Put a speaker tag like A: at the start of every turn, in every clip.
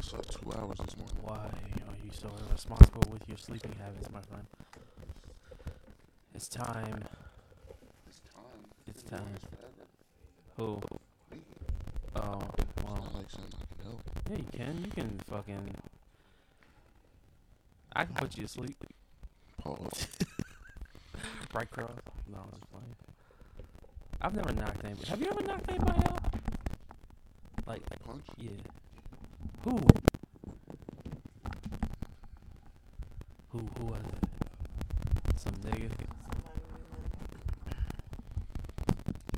A: slept two hours this morning.
B: Why are you so irresponsible with your sleeping habits, my friend? It's time.
A: It's time.
B: It's
A: Been doing
B: time.
A: this forever.
B: Oh,
A: Me.
B: oh,
A: It's
B: well,
A: not like something I can help.
B: yeah, you can. You can fucking. I can put you to sleep.
A: Paul.
B: Right cross. No, I'm just playing. I've never knocked anybody. Have you ever knocked anybody out? Like,
A: Punch?
B: yeah. Who? Who? Who was it? Some nigga.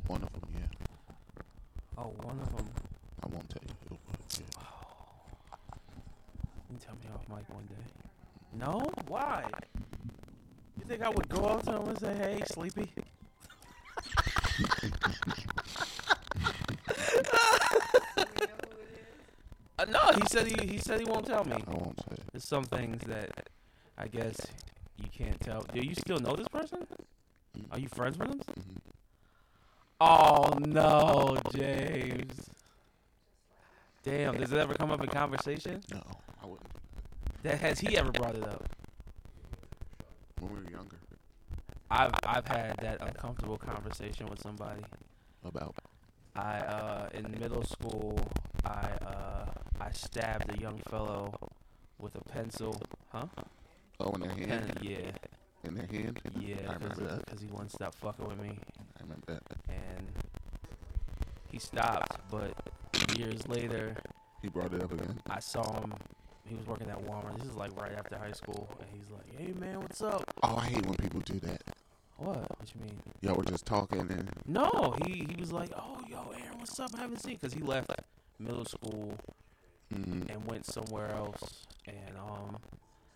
A: One of them, yeah.
B: Oh, one of them.
A: I won't tell you who, but yeah.
B: You tell me off mic one day. No? Why? You think I would go up to him and say, hey, sleepy? Uh, no, he said he, he said he won't tell me.
A: I won't say it.
B: There's some things that I guess you can't tell. Do you still know this person? Are you friends with him?
A: Mhm.
B: Oh no, James. Damn, does it ever come up in conversation?
A: No, I wouldn't.
B: That has he ever brought it up?
A: When we were younger,
B: I've I've had that uncomfortable conversation with somebody.
A: about
B: I uh in middle school I uh I stabbed a young fellow with a pencil, huh?
A: oh, in their
B: Pen,
A: hand,
B: yeah,
A: in their hand. I
B: yeah,
A: remember that.
B: because he wouldn't stop fucking with me,
A: I remember that.
B: and he stopped. But years later,
A: He brought it up again.
B: I saw him. He was working at Walmart. This is like right after high school, and he's like, "Hey man, what's up?
A: Oh, I hate when people do that.
B: What? What you mean?"
A: Y'all were just talking and
B: No, he he was like, "Oh, yo, Aaron, what's up? I haven't seen." Because he left middle school
A: mm,
B: and went somewhere else, and um,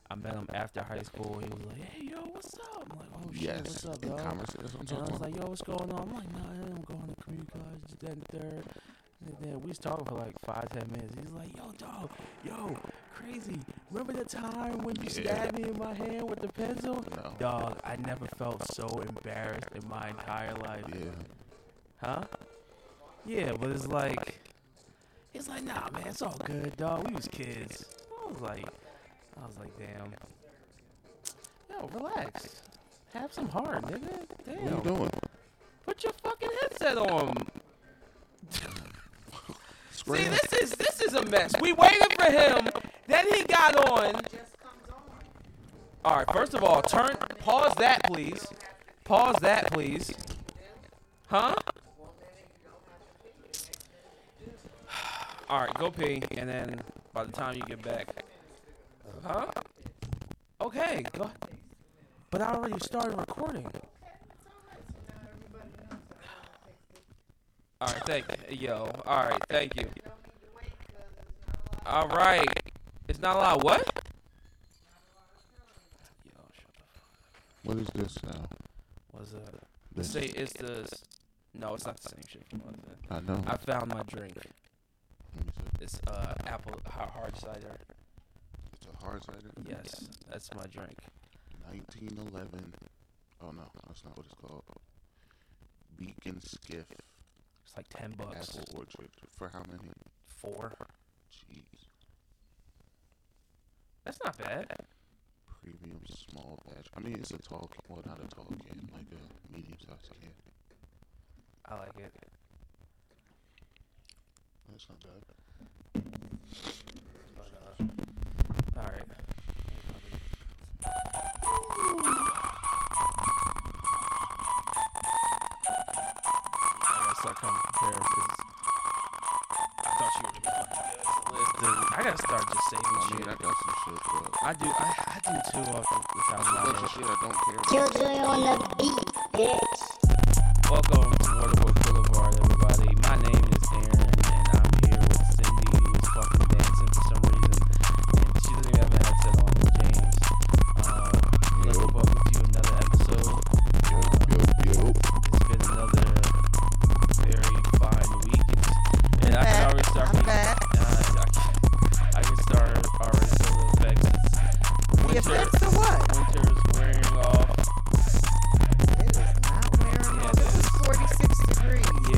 B: I met him after high school. He was like, "Hey, yo, what's up?" I'm like, "Oh shit,
A: yes,
B: what's up,
A: in
B: dog?"
A: conversation. that's what I'm
B: And I
A: talking
B: was
A: about.
B: like, "Yo, what's going on?" I'm like, "Nah, I'm going to community college." This, that, and the third. And then we was talking for like five, ten minutes. He's like, "Yo, dog, yo, crazy. Remember that time when you
A: Yeah.
B: stabbed me in my hand with the pencil?"
A: No.
B: Dog, I never felt so embarrassed in my entire life.
A: Yeah.
B: Huh? Yeah, but it's like, it's like, nah, man, it's all good, dog. We was kids. I was like, I was like, damn. Yo, relax. Have some heart, nigga. Damn.
A: What are you doing?
B: Put your fucking headset on. See,
A: Scram.
B: this is this is a mess. We waited for him, then he got on. All right, first of all, turn pause that, please. Pause that, please. Huh? All right, go pee, and then by the time you get back, huh? Okay, go. But I already started recording. All right, thank you, yo. All right, thank you. All right, it's not a lot. What? Yo, shut the fuck.
A: What is this now?
B: What's up?
A: This.
B: Say it's the. No, it's not the same shit. from what I said.
A: I know.
B: I found my drink.
A: Let me see.
B: It's uh apple h- hard cider.
A: It's a hard cider.
B: Yes, that's my drink.
A: 1911. Oh no, that's not what it's called. Beacon Skiff
B: It's like ten bucks.
A: Apple Orchard. For how many?
B: Four.
A: Jeez.
B: That's not bad.
A: Premium small batch. I mean, it's a tall, ca- well, not a tall can, like a medium sized can.
B: I like it.
A: That's not bad.
B: All right. I gotta start coming prepared 'cause I thought you were gonna be fucking good. Listen, I gotta start just
A: I
B: saving
A: mean, I
B: shit.
A: got some shit, but
B: I do. I, I do too
A: a
B: often without
A: bunch of
B: knowledge.
A: shit I don't care about.
C: Children on the beat, bitch.
B: Welcome to Waterboy Boulevard, everybody. My name is Aaron, and I'm here with Cindy, who is fucking dancing for some reason. And she doesn't even have a headset on. And James, uh, let's
A: Yo.
B: welcome to another episode.
A: Yo, yo, yo.
B: It's been another very fine week, and, and I can already start.
D: I'm back.
B: Uh, I, can- I can start already feel the effects. It's
D: Yes,
B: winter.
D: that's the what?
B: Winter is wearing off.
D: It is not wearing
B: Yeah,
D: off. This is 40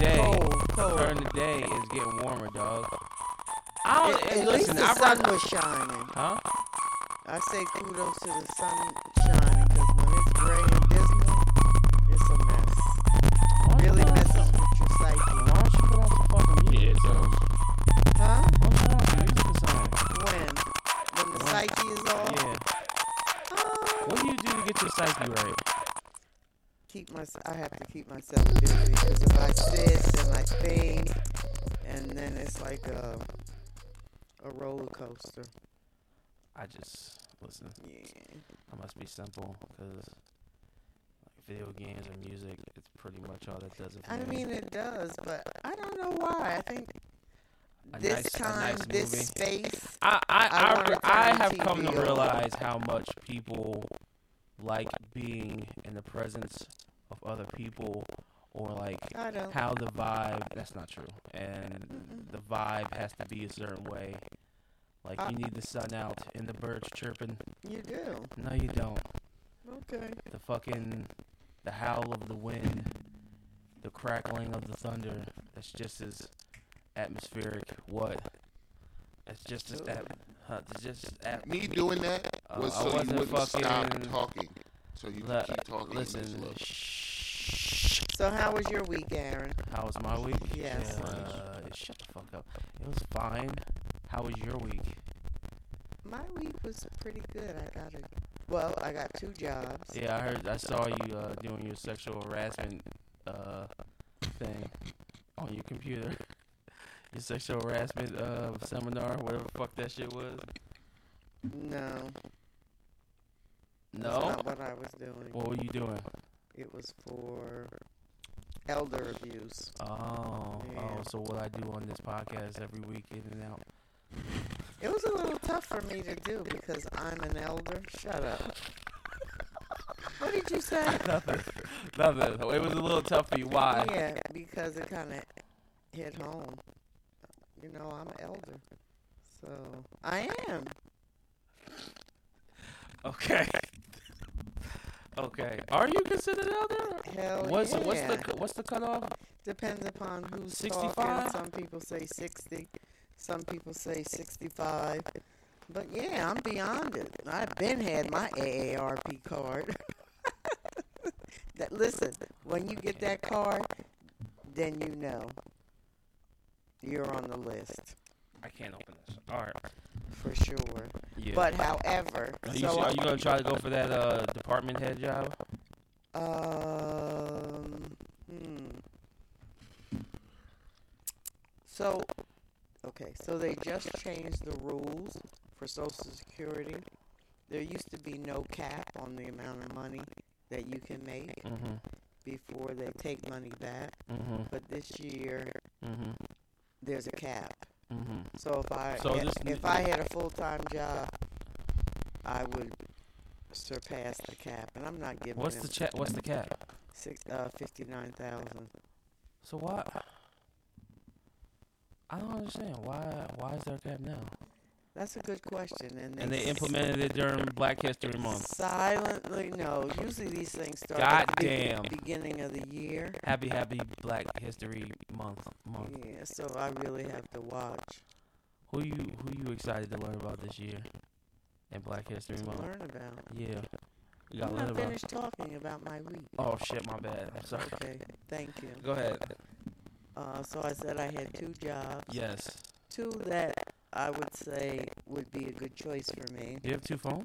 D: Oh,
B: during the day is getting warmer, dog. I don't.
D: At,
B: and
D: at least
B: listen,
D: the
B: I
D: sun
B: run.
D: was shining.
B: Huh?
D: I say kudos to the sun shining because when it's gray and dismal, it's a mess.
B: Why don't you
D: Really
B: put on
D: messes
B: some-
D: with your
B: Why
D: psyche.
B: don't you put on some fucking music?
A: Yeah,
B: dog?
D: Huh?
B: Why don't you put on some music or something?
D: When? When the
B: When-
D: psyche is off?
B: Yeah.
D: Oh,
B: What do you do to get your psyche right?
D: keep my, I have to keep myself busy because if I sit and I think, and then it's like a, a roller coaster.
B: I just listen.
D: Yeah.
B: I must be simple because video games and music, it's pretty much all that does it. For
D: I
B: me.
D: mean, it does, but I don't know why. I think
B: A
D: this
B: nice- a
D: time,
B: nice
D: this
B: movie.
D: space.
B: I I
D: I
B: I,
D: wanna
B: re-
D: turn
B: I
D: the
B: have come to
D: TV off.
B: realize how much people like being in the presence of other people, or like
D: I don't.
B: how the vibe. That's not true. And
D: Mm-mm. Uh
B: the vibe has to be a certain way. Like
D: I-
B: you need the sun out and the birds chirping.
D: You do.
B: No, you don't.
D: Okay.
B: The fucking the howl of the wind, the crackling of the thunder. That's just as atmospheric. What? It's just as that. Huh, it's just as at-
A: Me doing that
B: Uh,
A: was
B: I
A: so you
B: wasn't
A: wouldn't stop
B: fucking-
A: talking. So you
B: Le-
A: could keep talking. and just
B: Listen,
A: look.
B: shh.
D: So how was your week, Aaron?
B: How was my week?
D: Yes.
B: Uh, shut the fuck up. It was fine. How was your week?
D: My week was pretty good. I got a well, I got two jobs.
B: Yeah, I heard. I saw you uh, doing your sexual harassment uh, thing on your computer. your sexual harassment uh, seminar, whatever the fuck that shit was.
D: No, that's
B: No.
D: not what I was doing.
B: What were you doing?
D: It was for elder abuse.
B: Oh,
D: Yeah.
B: oh. So what I do on this podcast every week, in and out.
D: It was a little tough for me to do because I'm an elder. Shut up. What did you say?
B: Nothing. Nothing. It was a little tough for you. Why?
D: Yeah, because it kind of hit home. You know, I'm an elder, so I am.
B: Okay. okay. Are you considered elder?
D: Hell
B: What's
D: yeah.
B: what's the what's the cutoff?
D: Depends upon who's
B: 65?
D: talking. Some people say 60. Some people say 65. But yeah, I'm beyond it. I've been had my AARP card. that listen, when you get that card, then you know you're on the list
B: I can't open this. All right.
D: for sure.
B: Yeah.
D: But however,
B: are you,
D: so
B: are
D: I-
B: you gonna try to go for that uh, department head job?
D: Um. Hmm. So, okay. So they just changed the rules for Social Security. There used to be no cap on the amount of money that you can make
B: Mm-hmm.
D: before they take money back.
B: Mm-hmm.
D: But this year,
B: Mm-hmm.
D: there's a cap.
B: Mm-hmm.
D: So if I
B: So
D: if,
B: this n-
D: if I had a full time job, I would surpass the cap, and I'm not giving
B: What's
D: them
B: the chat? What's the cap?
D: six uh fifty nine thousand.
B: So why? I don't understand why. Why is there a cap now?
D: That's a good question. And they,
B: And they
D: s-
B: implemented it during Black History Month.
D: silently. No, usually these things start at the be-
B: Goddamn.
D: beginning of the year.
B: Happy, happy Black History Month. Month.
D: Yeah, so I really have to watch
B: Who you who you excited to learn about this year in Black History
D: to
B: Month?
D: learn about.
B: Yeah. You gotta
D: I'm
B: learn
D: not
B: about.
D: finished talking about my week.
B: Oh shit, my bad. I'm sorry.
D: Okay, thank you.
B: Go ahead.
D: Uh, so I said I had two jobs.
B: Yes.
D: Two that I would say would be a good choice for me.
B: Do you have two phones?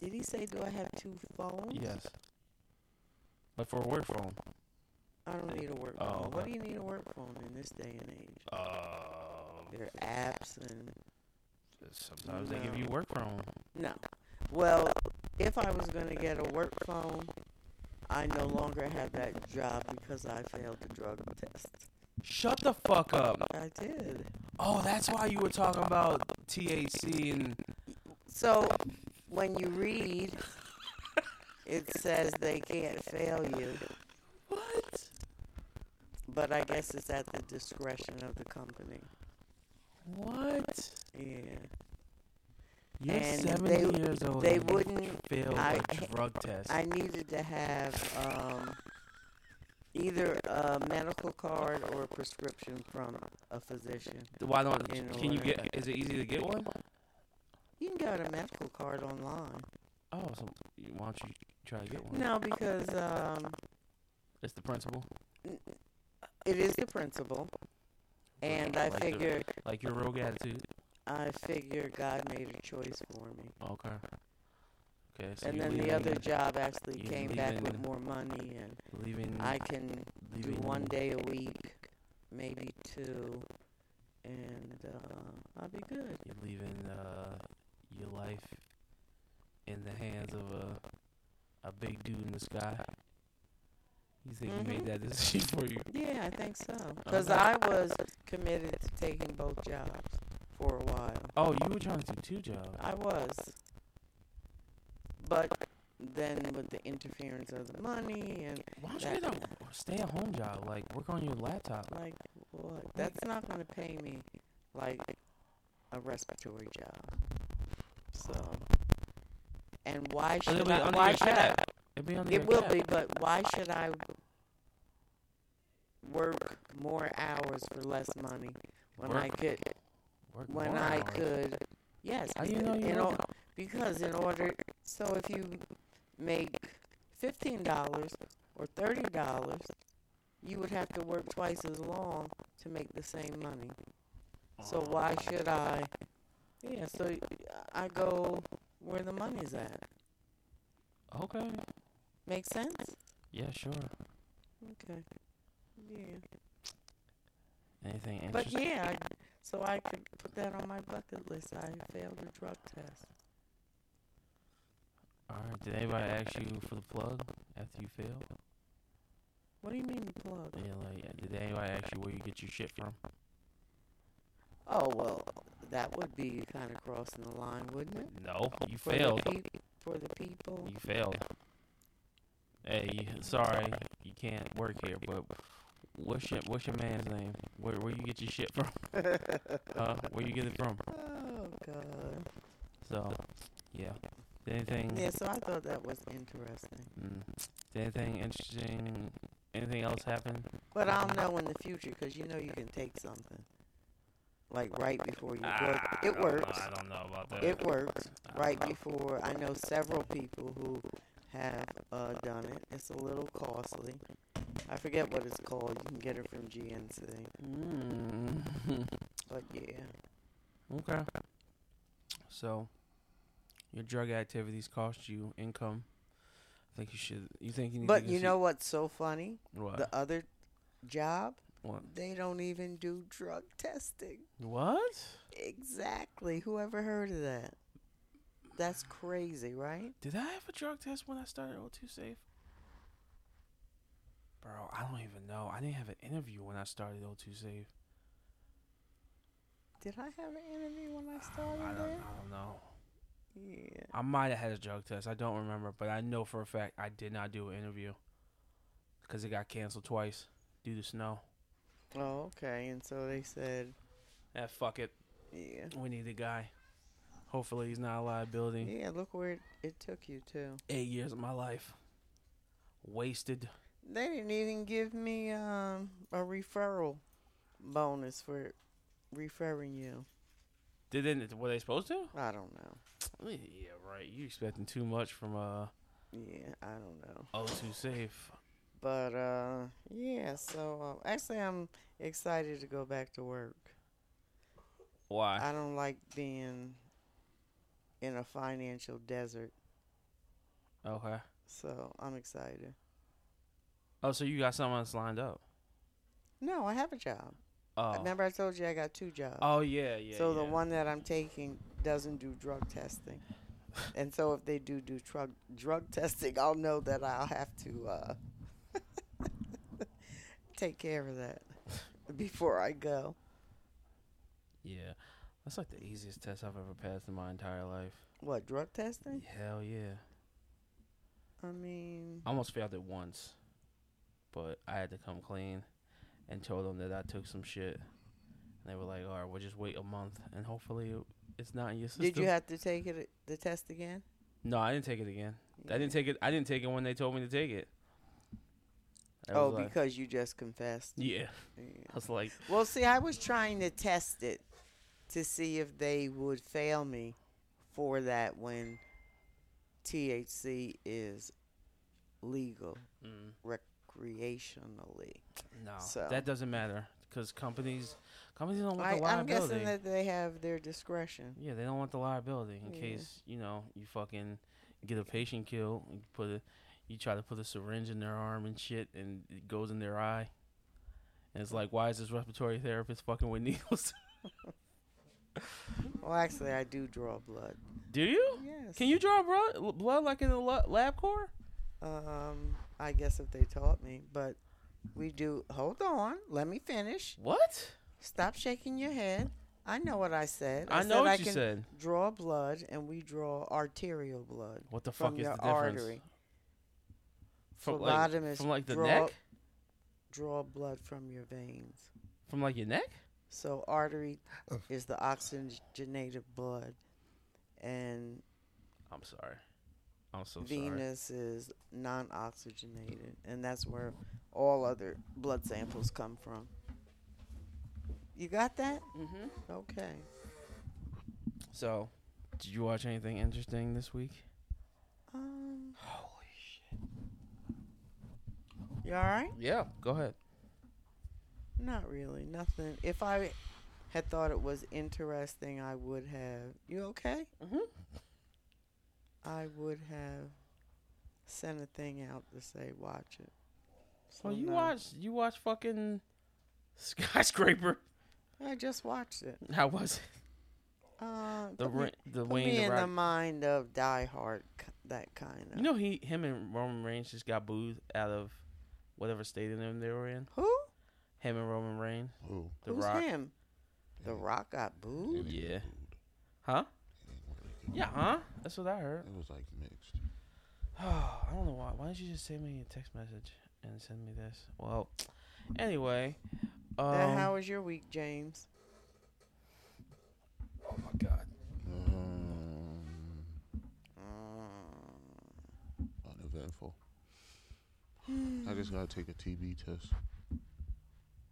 D: Did he say do I have two phones?
B: Yes. But for a work phone.
D: I don't need a work
B: Oh,
D: phone. What
B: okay.
D: do you need a work phone in this day and age?
B: Um.
D: There are apps and
B: Sometimes they give you
D: No.
B: work phone.
D: No. Well, if I was going to get a work phone, I no longer have that job because I failed the drug test.
B: Shut the fuck up.
D: I did.
B: Oh, that's why you were talking about THC and
D: So when you read, it says they can't fail you,
B: what?
D: but I guess it's at the discretion of the company.
B: What?
D: Yeah.
B: You're
D: And
B: seventy
D: they-
B: years old.
D: they
B: and you
D: wouldn't-
B: fail
D: I-
B: a drug test.
D: I needed to have um, either a medical card or a prescription from a physician.
B: Why don't?
D: In
B: Can you
D: order.
B: get? Is it easy to get one?
D: You can get a medical card online.
B: Oh, so why don't you try to get one?
D: No, because um,
B: It's the principle.
D: it is the principle, and I
B: Like the-
D: figure
B: Like your rogue attitude.
D: I figure God made a choice for me.
B: Okay. Okay. So
D: and
B: you're
D: then the
B: leaving-
D: other job actually
B: you
D: came back with
B: leaving-
D: more money, and
B: Leaving.
D: I can do
B: leaving-
D: one day a week, maybe two, and uh, I'll be good.
B: You're leaving uh, your life in the hands of a a big dude in the sky. You think you
D: Mhm.
B: made that decision for you?
D: Yeah, I think so. Because
B: Okay.
D: I was committed to taking both jobs for a while.
B: Oh, you were trying to do two jobs.
D: I was. But then with the interference of the money and
B: Why don't you get a stay-at-home job? Like work on your laptop.
D: like what? That's not going to pay me like a respiratory job. So. And why
B: It'll
D: should
B: be
D: I?
B: under
D: Why
B: your
D: should I?
B: cap. It'd be under
D: It
B: your
D: will
B: cap.
D: be, but why should I work more hours for less money when I
B: Work
D: could
B: Work
D: when
B: more
D: I
B: hours.
D: could. Yes,
B: How do you
D: because
B: know you
D: in
B: work
D: or, because in order, so if you make fifteen dollars or thirty dollars, you would have to work twice as long to make the same money. So why should I? Yeah, so I go where the money's at.
B: Okay.
D: Make sense?
B: Yeah, sure.
D: Okay. Yeah.
B: Anything
D: But
B: interesting?
D: yeah, I- so I could put that on my bucket list. I failed a drug test.
B: All right. Did anybody ask you for the plug after you failed?
D: What do you mean plug?
B: Yeah, like did anybody ask you where you get your shit from?
D: Oh well, that would be kind of crossing the line, wouldn't it?
B: No, you
D: For
B: failed.
D: The peop for the people.
B: You failed. Hey, sorry, you can't work here. But what's your what's your man's name? Where where you get your shit from? Huh? Where you get it from?
D: Oh God.
B: So, yeah. Did anything?
D: Yeah, so I thought that was interesting,
B: Mm, did anything interesting? Anything else happen?
D: but I'll know in the future because you know you can take something like right before you work.
B: Ah, I
D: It
B: don't know-
D: works.
B: I don't know about that.
D: It works
B: I don't
D: right
B: know.
D: before. I know several people who have uh, done it. It's a little costly. I forget what it's called. You can get it from GNC,
B: Mm.
D: but yeah.
B: Okay. So, your drug activities cost you income. I think you should. You think you need.
D: But
B: to
D: you
B: see-
D: know what's so funny?
B: what?
D: the other job,
B: what?
D: they don't even do drug testing.
B: What?
D: Exactly. Whoever heard of that? That's crazy, right?
B: Did I have a drug test when I started O2 Safe? Bro, I don't even know. I didn't have an interview when I started O2 Safe.
D: Did I have an interview when I started
B: I don't,
D: there?
B: I don't know.
D: Yeah.
B: I might have had a drug test. I don't remember, but I know for a fact I did not do an interview because it got canceled twice due to snow.
D: Oh, okay. And so they said,
B: Ah, fuck it.
D: yeah.
B: We need a guy. Hopefully, he's not a liability.
D: Yeah, look where it, it took you to.
B: Eight years of my life wasted.
D: They didn't even give me um, a referral bonus for referring you.
B: Didn't were they supposed to?
D: I don't know.
B: Yeah, right. You expecting too much from uh
D: Yeah, I don't know.
B: O2 Safe.
D: But uh, yeah, so uh, actually, I'm excited to go back to work.
B: Why?
D: I don't like being in a financial desert,
B: Okay.
D: so I'm excited.
B: Oh, so you got someone that's lined up?
D: No, I have a job.
B: Oh.
D: Remember, I told you I got two jobs.
B: Oh yeah, yeah.
D: so the
B: yeah.
D: one that I'm taking doesn't do drug testing, and so if they do do drug drug testing, I'll know that I'll have to uh, take care of that before I go.
B: Yeah, that's like the easiest test I've ever passed in my entire life.
D: What drug testing?
B: Hell yeah!
D: I mean,
B: I almost failed it once, but I had to come clean and told them that I took some shit. And they were like, "All right, we'll just wait a month and hopefully it's not in your system."
D: Did you have to take it the test again?
B: no, I didn't take it again. I didn't take it. I didn't take it when they told me to take it. That
D: Oh,
B: was like-
D: because you just confessed.
B: yeah.
D: Yeah.
B: I was like,
D: Well, see, I was trying to test it to see if they would fail me for that when THC is legal
B: mm,
D: recreationally.
B: no,
D: So-
B: that doesn't matter because companies, companies don't want
D: I,
B: the
D: I'm
B: liability.
D: guessing that they have their discretion.
B: Yeah, they don't want the liability in
D: Yeah.
B: case you know you fucking get a patient killed. You put a, you try to put a syringe in their arm and shit, and it goes in their eye. And it's like, why is this respiratory therapist fucking with needles?
D: Well, actually, I do draw blood.
B: Do you?
D: Yes.
B: Can you draw blood, blood like in the la- lab core?
D: Um, I guess if they taught me, but we do. Hold on, let me finish.
B: What?
D: Stop shaking your head. I know what I said.
B: I,
D: said
B: know what
D: I
B: you
D: can
B: said.
D: Draw blood, and we draw arterial blood.
B: What the
D: from
B: fuck is the
D: your
B: difference?
D: artery.
B: From like,
D: Phlebotomist
B: from like the
D: draw-
B: neck?
D: Draw blood from your veins.
B: From like your neck?
D: So artery is the oxygenated blood, and
B: I'm sorry. I'm so sorry.
D: venous is non-oxygenated, and that's where all other blood samples come from. You got that?
B: Mm-hmm.
D: Okay.
B: So, did you watch anything interesting this week?
D: Um,
B: Holy shit.
D: you all right?
B: Yeah, go ahead.
D: Not really. Nothing. If I had thought it was interesting, I would have. You okay?
B: Mm-hmm.
D: I would have sent a thing out to say watch it.
B: Well,
D: So,
B: you
D: no.
B: watched you watched fucking skyscraper.
D: I just watched it.
B: How was it?
D: Uh,
B: The
D: put me,
B: Ra- the
D: put me
B: Wayne the
D: in the
B: Rock.
D: mind of Die Hard, k- that kind of.
B: You know he him and Roman Reigns just got booed out of whatever stadium they were in.
D: Who?
B: Him and Roman Reigns,
A: Who?
B: the
D: Who's
B: Rock.
D: him? The Rock got booed.
B: Yeah. Huh? Yeah, huh? That's what I heard.
A: It was like mixed.
B: Oh, I don't know why. Why didn't you just send me a text message and send me this? Well, anyway. Um,
D: Now, how was your week, James?
B: oh my god.
A: Um,
D: Mm.
A: uneventful. I just gotta take a TB test.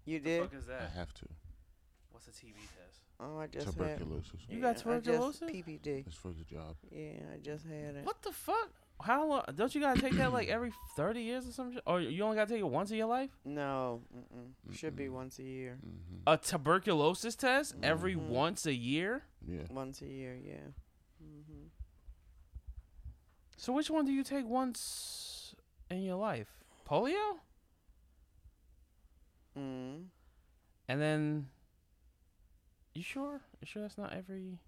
D: You did?
B: is
A: I have to.
B: What's a TV test?
D: Oh, I just had.
A: Tuberculosis.
B: You got
D: I just-
B: tuberculosis?
D: PPD.
A: It's for the job.
D: Yeah, I just had it.
B: What the fuck? How long? Don't you gotta take that like every thirty years or some shit? Or you only gotta take it once in your life?
D: No, mm-mm. should be
A: Mm-mm.
D: once a year.
A: hmm
B: A tuberculosis test every
D: Mhm.
B: once a year?
A: Yeah.
D: Once a year, yeah. hmm
B: So which one do you take once in your life? Polio?
D: Mm.
B: And then. You sure? You sure that's not every?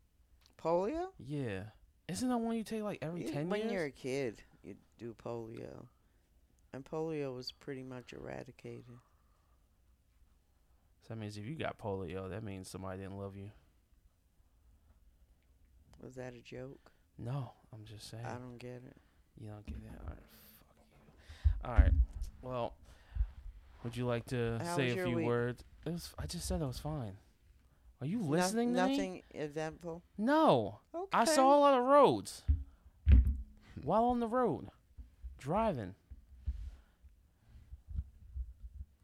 D: Polio?
B: Yeah. Isn't that one you take like every
D: Yeah,
B: ten
D: when
B: years?
D: you're a kid, you do polio, and polio was pretty much eradicated.
B: So that means if you got polio, that means somebody didn't love you.
D: Was that a joke?
B: No, I'm just saying.
D: I don't get it.
B: You don't get it. All right, fuck you. All right. Well, would you like to
D: How
B: say
D: was
B: a
D: your
B: few
D: week?
B: words? It was, I just said I was fine. Are you listening
D: no,
B: to me?
D: nothing eventful.
B: No.
D: Okay.
B: I saw a lot of roads. While on the road, driving.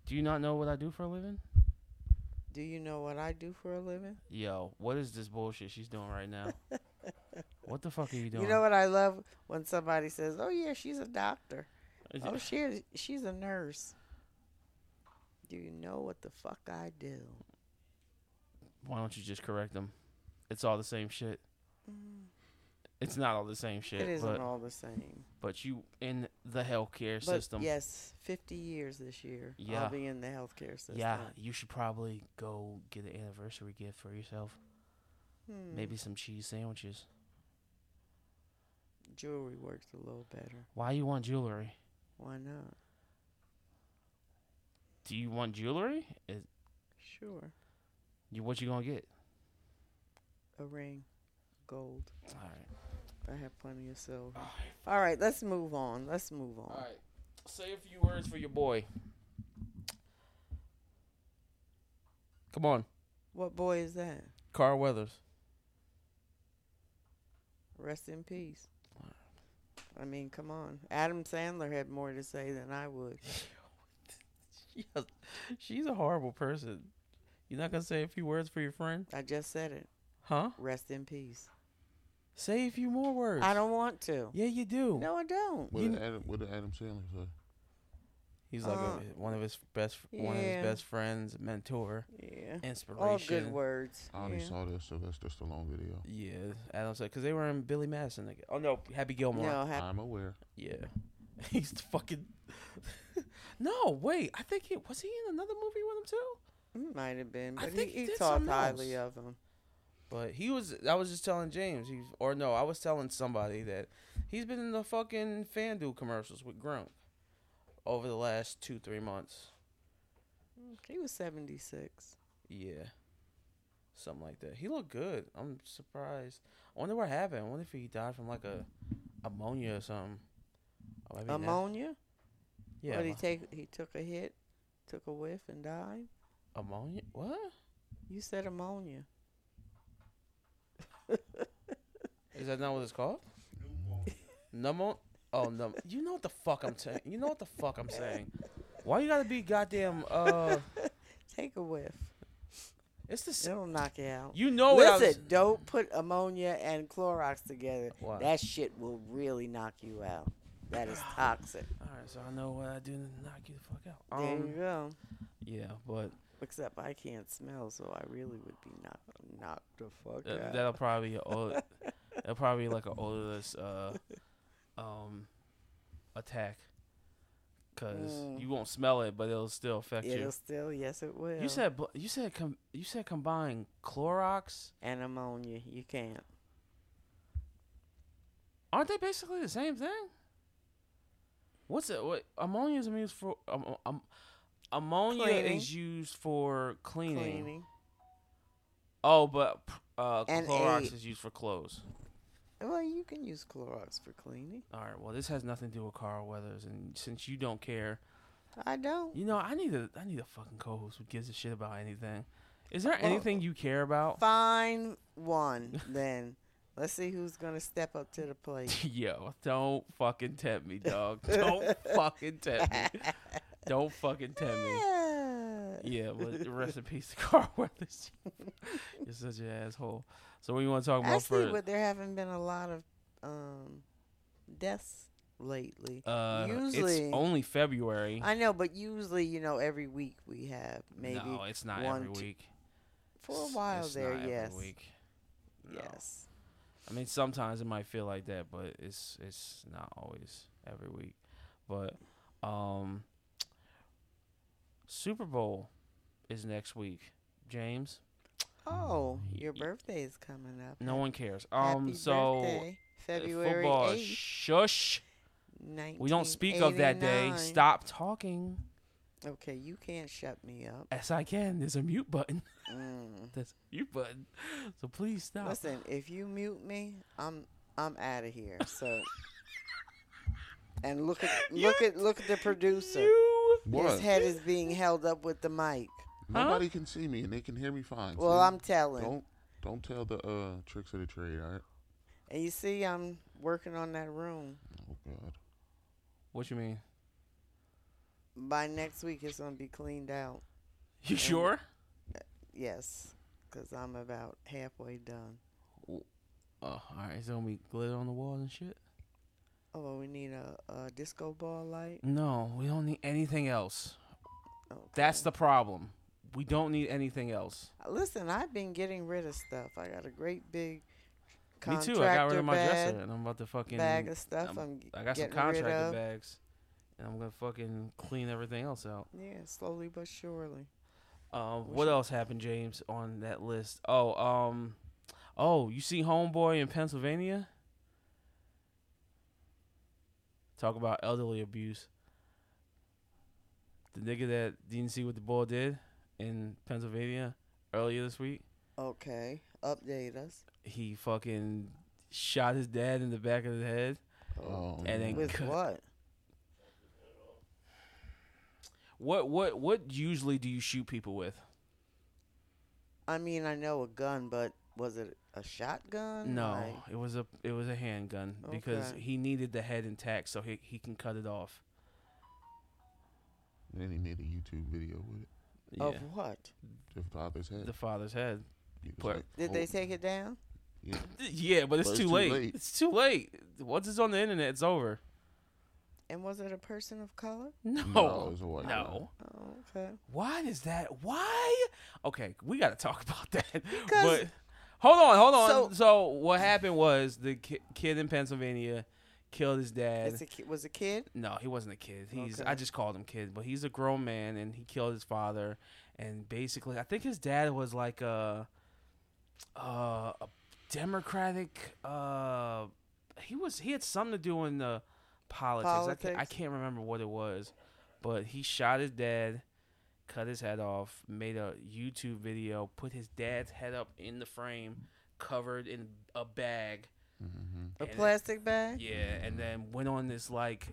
B: Do you not know what I do for a living?
D: Do you know what I do for a living?
B: Yo, what is this bullshit she's doing right now? what the fuck are you doing?
D: You know what I love when somebody says, "Oh yeah, she's a doctor. Oh she she's a nurse." Do you know what the fuck I do?
B: Why don't you just correct them? It's all the same shit. Mm. It's not all the same shit.
D: it isn't
B: but
D: all the same.
B: but you in the healthcare
D: But
B: system.
D: yes, 50 years this year.
B: Yeah.
D: I'll be in the healthcare system.
B: yeah, you should probably go get an anniversary gift for yourself.
D: Hmm.
B: Maybe some cheese sandwiches.
D: jewelry works a little better.
B: Why you want jewelry?
D: Why not?
B: Do you want jewelry? Is
D: Sure.
B: you what you gonna get?
D: A ring, gold.
B: All right.
D: I have plenty of silver.
B: All right.
D: All right, let's move on. Let's move on.
B: All right. Say a few words for your boy. Come on,
D: What boy is that?
B: Carl Weathers.
D: Rest in peace.
B: Wow.
D: I mean, come on. Adam Sandler had more to say than I would.
B: She has, she's a horrible person. You're not gonna say a few words for your friend,
D: I just said it.
B: huh?
D: Rest in peace.
B: Say a few more words.
D: I don't want to.
B: Yeah, you do.
D: No, I don't.
A: What
B: You-
A: did Adam? What did Adam Sandler say?
B: He's like
D: Uh,
B: a, one of his best, one of
D: yeah.
B: his best friends, mentor,
D: Yeah.
B: inspiration.
D: All good words.
A: I only
D: Yeah.
A: saw this Sylvester Stallone video.
B: Yeah, Adam said because they were in Billy Madison. Like, oh no, Happy Gilmore.
D: No, ha-
A: I'm aware.
B: Yeah, he's the fucking. no, wait. I think he was he in another movie with him too.
D: it might have been,
B: I
D: but he,
B: think he
D: he
B: did
D: talked
B: something
D: highly
B: else.
D: of him.
B: But he was. I was just telling James. He's or no, I was telling somebody that he's been in the fucking FanDuel commercials with Grump over the last two three months.
D: He was 76.
B: Yeah, something like that. He looked good. I'm surprised. I wonder what happened. I wonder if he died from like a ammonia or something. Or maybe not.
D: Ammonia?
B: Yeah,
D: What he
B: ammo-
D: take? He took a hit, took a whiff, and died.
B: ammonia. What?
D: You said ammonia.
B: Is that not what it's called? Pneumo. Oh no! You know what the fuck I'm saying? You know what the fuck I'm saying? Why you gotta be goddamn? Uh,
D: Take a whiff.
B: it's the. s-
D: It'll knock you out.
B: You know what I was.
D: Listen, don't put ammonia and Clorox together.
B: Why?
D: That shit will really knock you out. That is toxic.
B: All right, so I know what I do to knock you the fuck out.
D: there
B: Um,
D: you go.
B: yeah, but
D: Except I can't smell, so I really would be knocked knocked the fuck
B: th-
D: out.
B: uh, that'll probably be a old, that'll probably be like an odorless uh, um, attack, cause
D: Mm.
B: you won't smell it, but it'll still affect
D: It'll
B: you.
D: still, yes, it will.
B: You said bl- you said com- you said combine Clorox.
D: and ammonia. You can't.
B: Aren't they basically the same thing? What's it? What ammonia is used for? Um, um, ammonia
D: Cleaning.
B: is used for cleaning.
D: Cleaning.
B: Oh, but p- uh,
D: And
B: Clorox
D: eight.
B: is used for clothes.
D: Well, you can use Clorox for cleaning.
B: All right. Well, this has nothing to do with Carl Weathers, and since you don't care,
D: I don't.
B: you know, I need a I need a fucking co-host who gives a shit about anything. Is there
D: Well,
B: anything you care about?
D: Find one then. Let's see who's gonna step up to the plate.
B: Yo, don't fucking tempt me, dog. Don't fucking tempt me. Don't fucking tempt me. Yeah, but rest in peace to Carl Weathers. You're such an asshole. So what you want to talk about
D: Actually,
B: first?
D: but there haven't been a lot of um, deaths lately.
B: uh,
D: usually-
B: it's only February.
D: I know, but usually, you know, every week we have maybe
B: no, it's not
D: one,
B: every
D: two-
B: week.
D: for a
B: It's-
D: while
B: it's
D: there.
B: not every
D: Yes,
B: week. No.
D: yes.
B: I mean, sometimes it might feel like that, but it's it's not always every week. But um, Super Bowl is next week, James.
D: Oh, your
B: Y-
D: birthday is coming up.
B: Mm-hmm. No one cares.
D: Happy
B: Um, so
D: birthday,
B: uh,
D: February
B: football.
D: eighth,
B: Shush. We don't speak of that day.
D: 1989.
B: Stop talking.
D: Okay, you can't shut me up.
B: Yes, I can. There's a mute button.
D: Mm.
B: There's a mute button. So please stop.
D: Listen, if you mute me, I'm I'm out of here. So, and look at look at look at the producer.
B: You.
D: His head is being held up with the mic.
A: Nobody can see me and they can hear me fine.
D: Well,
A: so
D: I'm telling.
A: Don't don't tell the uh, tricks of the trade. All right.
D: And you see, I'm working on that room.
A: Oh God.
B: What you mean?
D: By next week, it's gonna be cleaned out.
B: You sure?
D: Yes, because I'm about halfway done.
B: Oh, all right. Is there gonna be glitter on the walls and shit?
D: Oh, we need a, a disco ball light.
B: No, we don't need anything else.
D: Okay.
B: That's the problem. We don't need anything else.
D: listen. I've been getting rid of stuff. I got a great big.
B: Me
D: Contractor
B: too. I got rid of my
D: bag,
B: dresser, and I'm about to fucking.
D: bag of stuff.
B: I'm-
D: I'm,
B: I got some
D: getting rid
B: contractor
D: of.
B: bags, and I'm gonna fucking clean everything else out.
D: Yeah, slowly but surely.
B: Um,
D: We
B: what
D: should-
B: else happened, James, on that list? Oh, um, oh, you see Homeboy in Pennsylvania? Talk about elderly abuse. The nigga that didn't see what the ball did in Pennsylvania earlier this week,
D: Okay, update us.
B: he fucking shot his dad in the back of the head.
A: Oh.
B: And then-
D: With
B: Good.
D: what?
B: What what what usually do you shoot people with?
D: I mean, I know a gun, but was it a shotgun?
B: No,
D: Like,
B: it was a it was a handgun because
D: Okay.
B: he needed the head intact so he he can cut it off.
A: And then he made a YouTube video with it
B: Yeah.
D: Of what?
A: to father's head.
B: the father's head.
A: He was
B: part.
A: like,
D: Did they
A: "Oh,
D: take it down?
A: yeah,
B: Yeah, but it's, too, late. It's too late. Once it's on the internet, it's over.
D: And was it a person of color?
B: No.
A: No, it was a white
B: Oh, No.
A: guy.
D: Oh, okay.
B: Why is that? Why? Okay, we got to talk about that.
D: Because-
B: But hold on, hold on. So,
D: So-
B: what happened was the ki- kid in Pennsylvania killed his dad.
D: It's a, ki- was a kid?
B: no, he wasn't a kid. He's I
D: Okay.
B: just called him kid, but he's a grown man and he killed his father. And basically, I think his dad was like a, uh, a Democratic. Uh, he was he had something to do in the politics. I, can't, I
D: Politics.
B: can't remember what it was, but he shot his dad, cut his head off, made a YouTube video, put his dad's head up in the frame, covered in a bag.
A: Mm-hmm.
D: A
B: and it-
D: plastic bag?
B: yeah, and then went on this like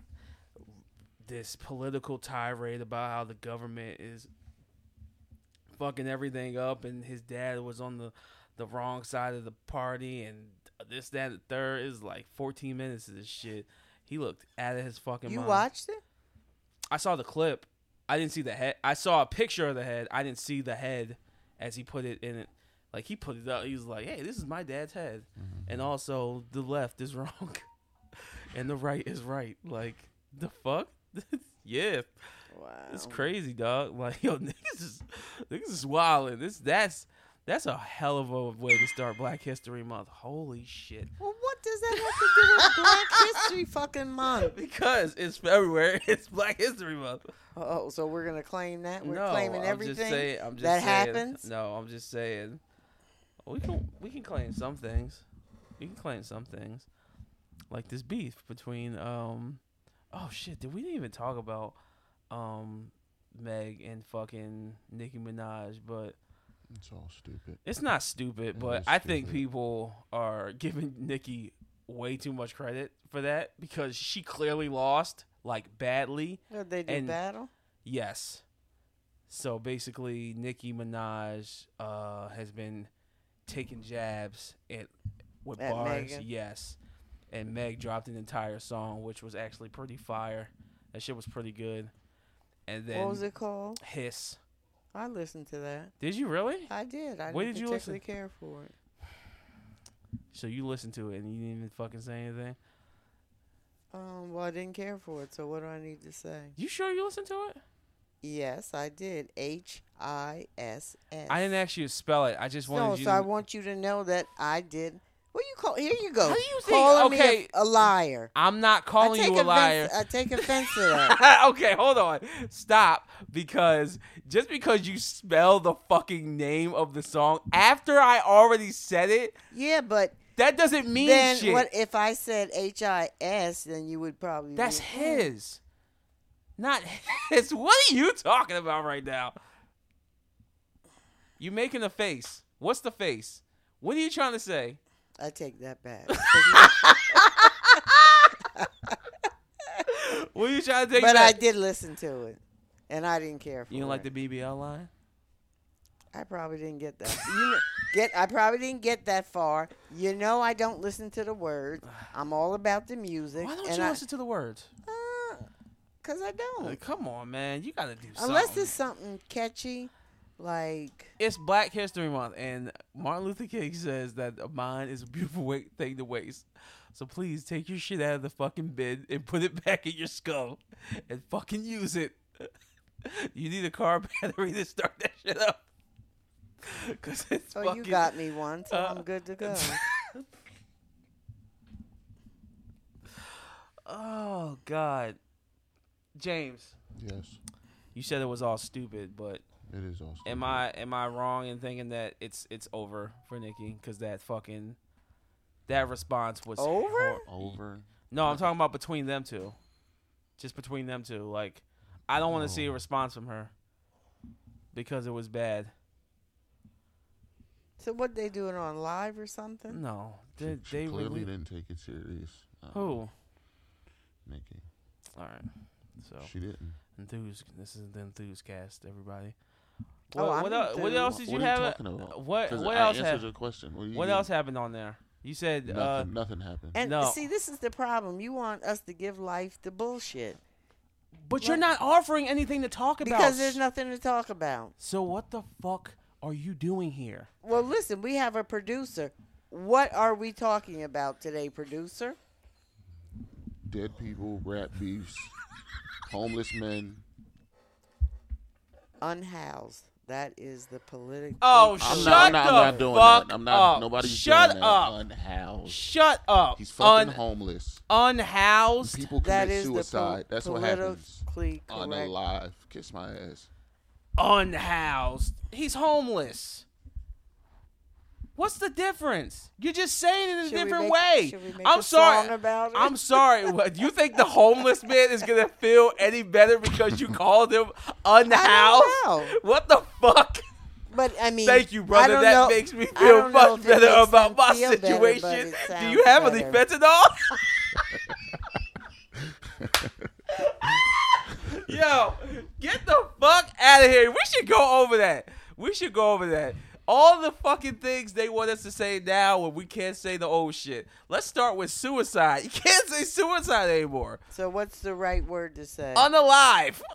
B: this political tirade about how the government is fucking everything up, and his dad was on the the wrong side of the party, and this, that, and the third is like 14 minutes of this shit. He looked out of his fucking
D: You
B: mind.
D: watched it?
B: I saw the clip. I didn't see the head. I saw a picture of the head. I didn't see the head as he put it in it. Like he put it up. He was like, "Hey, this is my dad's head," and also the left is wrong, and the right is right. Like the fuck. yeah,
D: Wow.
B: it's crazy, dog. Like yo, niggas is niggas is wilding. This that's that's a hell of a way to start Black History Month. Holy shit!
D: Well, what does that have to do with Black History fucking month?
B: Because it's February, it's Black History Month.
D: Oh, so we're gonna claim that? We're
B: no,
D: claiming
B: I'm
D: everything?
B: Just saying, I'm just
D: that
B: saying,
D: happens?
B: No, I'm just saying we can we can claim some things. We can claim some things, like this beef between um oh shit did we didn't even talk about um Meg and fucking Nicki Minaj, but
A: It's all stupid.
B: it's not stupid.
A: It
B: But
A: is
B: I think
A: stupid.
B: people are giving Nicki way too much credit for that because she clearly lost like badly.
D: Did they do
B: And-
D: battle?
B: Yes. So basically, Nicki Minaj uh, has been taking jabs at with
D: At
B: bars.
D: Megan.
B: Yes, and Meg dropped an entire song, which was actually pretty fire. That shit was pretty good. And then
D: What was it called?
B: hiss.
D: I listened to that.
B: Did you really?
D: I did. I
B: What
D: didn't
B: did you listen-
D: particularly care for it.
B: So you listened to it and you didn't even fucking say anything.
D: Um, well, I didn't care for it. So what do I need to say?
B: You sure you listened to it?
D: Yes, I did. H I S S.
B: I didn't ask you to spell it. I just wanted
D: No,
B: you.
D: so I
B: to...
D: want you to know that I did. What you call? Here you go.
B: How do you think-
D: Calling me a-
B: okay.
D: a, liar.
B: I'm not
D: I
B: calling
D: take
B: you a
D: offense-
B: liar.
D: I take offense to that.
B: okay, hold on. Stop. Because just because you spell the fucking name of the song after I already said it,
D: Yeah, but
B: that doesn't mean
D: then
B: shit.
D: what if I said H I S? Then you would probably.
B: That's
D: be,
B: his. Not his. What are you talking about right now? You making a face. What's the face? What are you trying to say?
D: I take that back.
B: What are you trying to take
D: but I
B: back?
D: did listen to it, and I didn't care for
B: You don't
D: it.
B: like the BBL line?
D: I probably didn't get that. You kn- get. I probably didn't get that far. You know, I don't listen to the words. I'm all about the music.
B: Why don't
D: and
B: you
D: I,
B: listen to the words?
D: Uh, Cause I don't.
B: Like, come on, man. You gotta do something.
D: Unless it's something catchy, like
B: it's Black History Month, and Martin Luther King says that a mind is a beautiful wa thing to waste. So please take your shit out of the fucking bin and put it back in your skull and fucking use it. you need a car battery to start that shit up. Cause it's
D: so
B: fucking.
D: oh, you got me one, so
B: uh,
D: I'm good to go.
B: oh God, James,
A: Yes,
B: you said it was all stupid, but
A: it is all stupid.
B: am I am I wrong in thinking that it's it's over for Nikki? Cause that fucking that response was
D: Over?
A: over?
B: No, I'm talking about between them two. Just between them two. Like, I don't want to see a
A: Oh.
B: response from her because it was bad.
D: so what they doing on live or something?
B: No, they,
A: she
B: they
A: clearly
B: really.
A: didn't take it serious. Uh,
B: Who? All
A: Nikki.
B: right. So,
A: She didn't.
B: enthus. This is the enthuscast, everybody.
D: Oh,
B: What,
D: I'm
B: what, el- what
D: enthused.
B: else did you
A: what
B: have? uh,
A: Are you talking about?
B: what
A: 'Cause
B: what
A: I
B: else
A: answered
B: happened?
A: your question. What, do you
B: What
A: mean?
B: else happened on there? You said
A: Nothing,
B: uh,
A: nothing happened.
D: And
B: No.
D: see, this is the problem. You want us to give life to bullshit.
B: But you're not offering anything to talk about.
D: Because there's nothing to talk about.
B: So what the fuck are you doing here?
D: Well, listen, we have a producer. What are we talking about today, producer?
A: Dead people, rat beefs, homeless men.
D: Unhoused. That is the political.
B: Oh,
A: I'm
B: Shut
A: not, I'm not, I'm
B: the
A: not doing
B: fuck
A: that. I'm not.
B: up.
A: Nobody's
B: Shut
A: doing
B: up.
A: that. Unhoused.
B: Shut up.
A: He's fucking
B: Un-
A: homeless.
B: unhoused.
A: People commit
D: that is
A: suicide.
D: the
A: That's
D: po-
A: what happens.
D: politically correct.
A: Unalive. Kiss my ass.
B: unhoused. He's homeless. What's the difference? You're just saying it in
D: Should we
B: a different
D: make-
B: way.
D: should we make
B: I'm
D: a
B: sorry.
D: song about it?
B: I'm sorry. What, you think the homeless man is gonna feel any better because you called him unhoused?
D: know.
B: What the fuck?
D: But I mean,
B: Thank you,
D: I
B: brother.
D: don't
B: That
D: know-
B: makes me
D: I
B: feel
D: don't know
B: much
D: if it
B: better
D: makes
B: about
D: them
B: my
D: feel better, but
B: situation.
D: it
B: Do
D: sounds
B: you have any
D: better.
B: fentanyl? Yo, get the fuck out of here. We should go over that. We should go over that. All the fucking things they want us to say now when we can't say the old shit. Let's start with suicide. You can't say suicide anymore.
D: So what's the right word to say?
B: Unalive.
A: This shit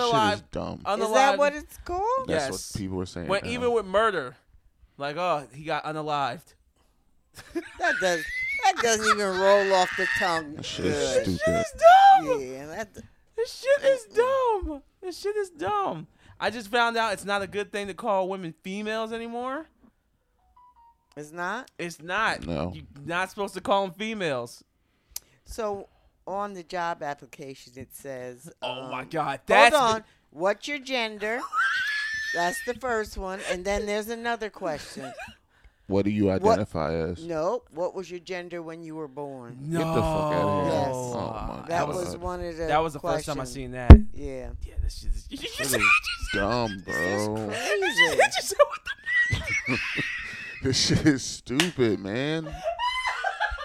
B: Unalive.
A: is dumb.
B: Unalive.
D: is that what it's called?
A: That's
B: yes.
A: what people are saying.
B: But
A: now.
B: even with murder, like, oh, he got unalived.
D: That does. That doesn't even roll off the tongue.
A: That shit
D: Good.
A: is
B: Shit
A: stupid.
B: is dumb.
D: Yeah, that.
B: This shit is dumb. This shit is dumb. I just found out it's not a good thing to call women females anymore.
D: It's not.
B: It's not.
A: No.
B: You're not supposed to call them females.
D: So on the job application, it says.
B: oh my
D: um,
B: god. That's
D: Hold on.
B: the-
D: What's your gender? That's the first one, and then there's another question.
A: What do you identify as?
D: No, what was your gender when you were born?
B: no.
A: Get the fuck out of here.
D: Yes.
A: Oh my
D: That
A: God.
D: was one of the.
B: That was the first time I
D: questions.
B: seen that.
D: Yeah.
B: Yeah, this shit is. You
A: This
B: said
A: is dumb, bro.
D: Crazy.
B: what the
A: This shit is stupid, man.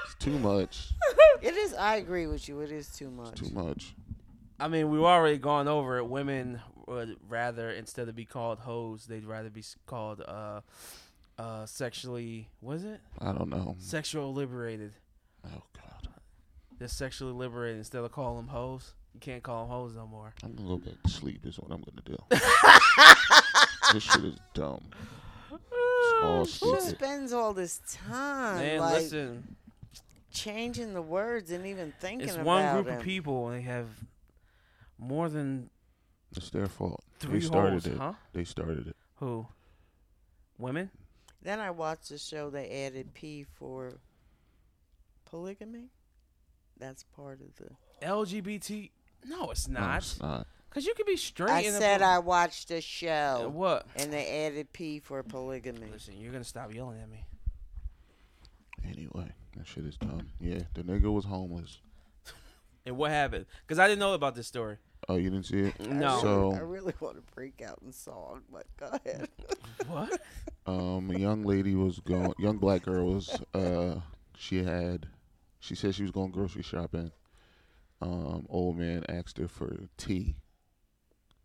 A: It's too much.
D: It is. I agree with you. It is too much.
A: Too much.
B: I mean, we've already gone over it. Women would rather, instead of be called hoes, they'd rather be s- called uh, uh, sexually. Was it
A: I don't know.
B: sexual liberated?
A: Oh God.
B: They're sexually liberated instead of calling them hoes. You can't call them hoes no more.
A: I'm gonna go back to sleep. Is what I'm gonna do. this shit is dumb. all
D: Who
A: stupid.
D: spends all this time
B: Man,
D: like
B: listen,
D: changing the words and even thinking
B: it's
D: about
B: one group
D: them?
B: of people and they have more than
A: It's their fault.
B: Three
A: they started
B: holes,
A: it.
B: huh?
A: They started it.
B: who women.
D: Then I watched a show they added P for polygamy. That's part of the.
B: LGBT? No, it's
A: No,
B: not.
A: it's not.
B: Cause you could be straight.
D: I
B: and a-
D: said I watched a
B: Uh,
D: show
B: What?
D: and they added P for polygamy.
B: Listen, you're gonna stop yelling at me.
A: Anyway, that shit is dumb. Yeah, the nigga was homeless.
B: And what happened? Cause I didn't know about this story.
A: Oh, you didn't see it?
B: No.
D: I
A: So,
D: really want to break out in song, but go ahead.
B: What?
A: um, a young lady was going. Young black girl was. Uh, she had. She said she was going grocery shopping. Um, old man asked her for tea.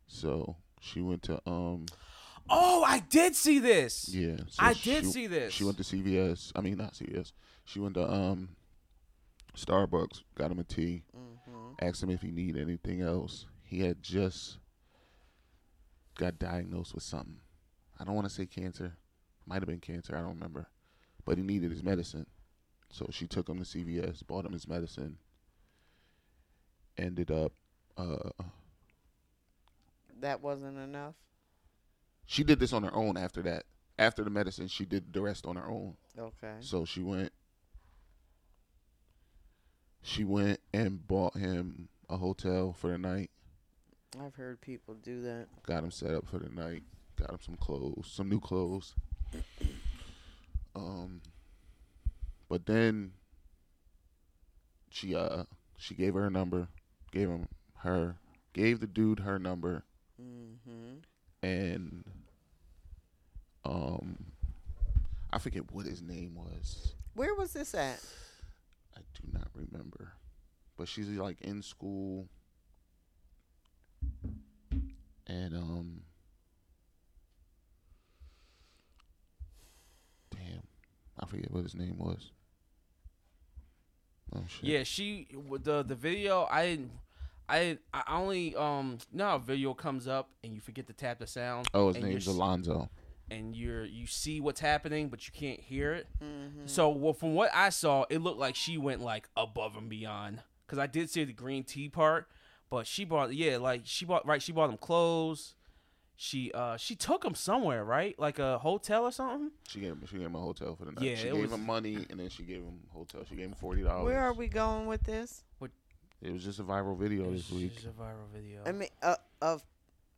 A: So she went to um.
B: Oh, I did see this.
A: Yeah. so
B: I did
A: she-
B: see this.
A: She went to CVS. I mean, not CVS. She went to um Starbucks, got him a tea,
B: Mm-hmm.
A: asked him if he needed anything else. He had just got diagnosed with something. I don't want to say cancer. Might have been cancer. I don't remember. But he needed his medicine. So she took him to CVS, bought him his medicine. Ended up, uh,
D: that wasn't enough.
A: she did this on her own after that. After the medicine, she did the rest on her own.
D: Okay.
A: So she went. She went and bought him a hotel for the night.
D: I've heard people do that.
A: Got him set up for the night. Got him some clothes, some new clothes. Um, but then she uh she gave her number, gave him her, gave the dude her number,
D: Mm-hmm.
A: and um, I forget what his name was.
D: Where was this at?
A: I do not remember. But she's like in school. And um Damn. I forget what his name was. Oh shit.
B: Yeah, she w- the the video. I didn't. I I only um you know how a video comes up and you forget to tap the sound.
A: Oh, his
B: and
A: name's
B: you're s-
A: Alonzo.
B: and you're you see what's happening but you can't hear it.
D: Mm-hmm.
B: So well, from what I saw, it looked like she went like above and beyond because I did see the green tea part, but she bought yeah like she bought right she bought him clothes. She uh she took him somewhere right like a hotel or something.
A: She gave him, she gave him a hotel for the night.
B: Yeah,
A: she
B: it
A: gave
B: was-
A: him money and then she gave him hotel. She gave him forty dollars.
D: Where are we going with this?
A: It was just a viral video this week.
B: It's a viral video.
D: I mean, uh, of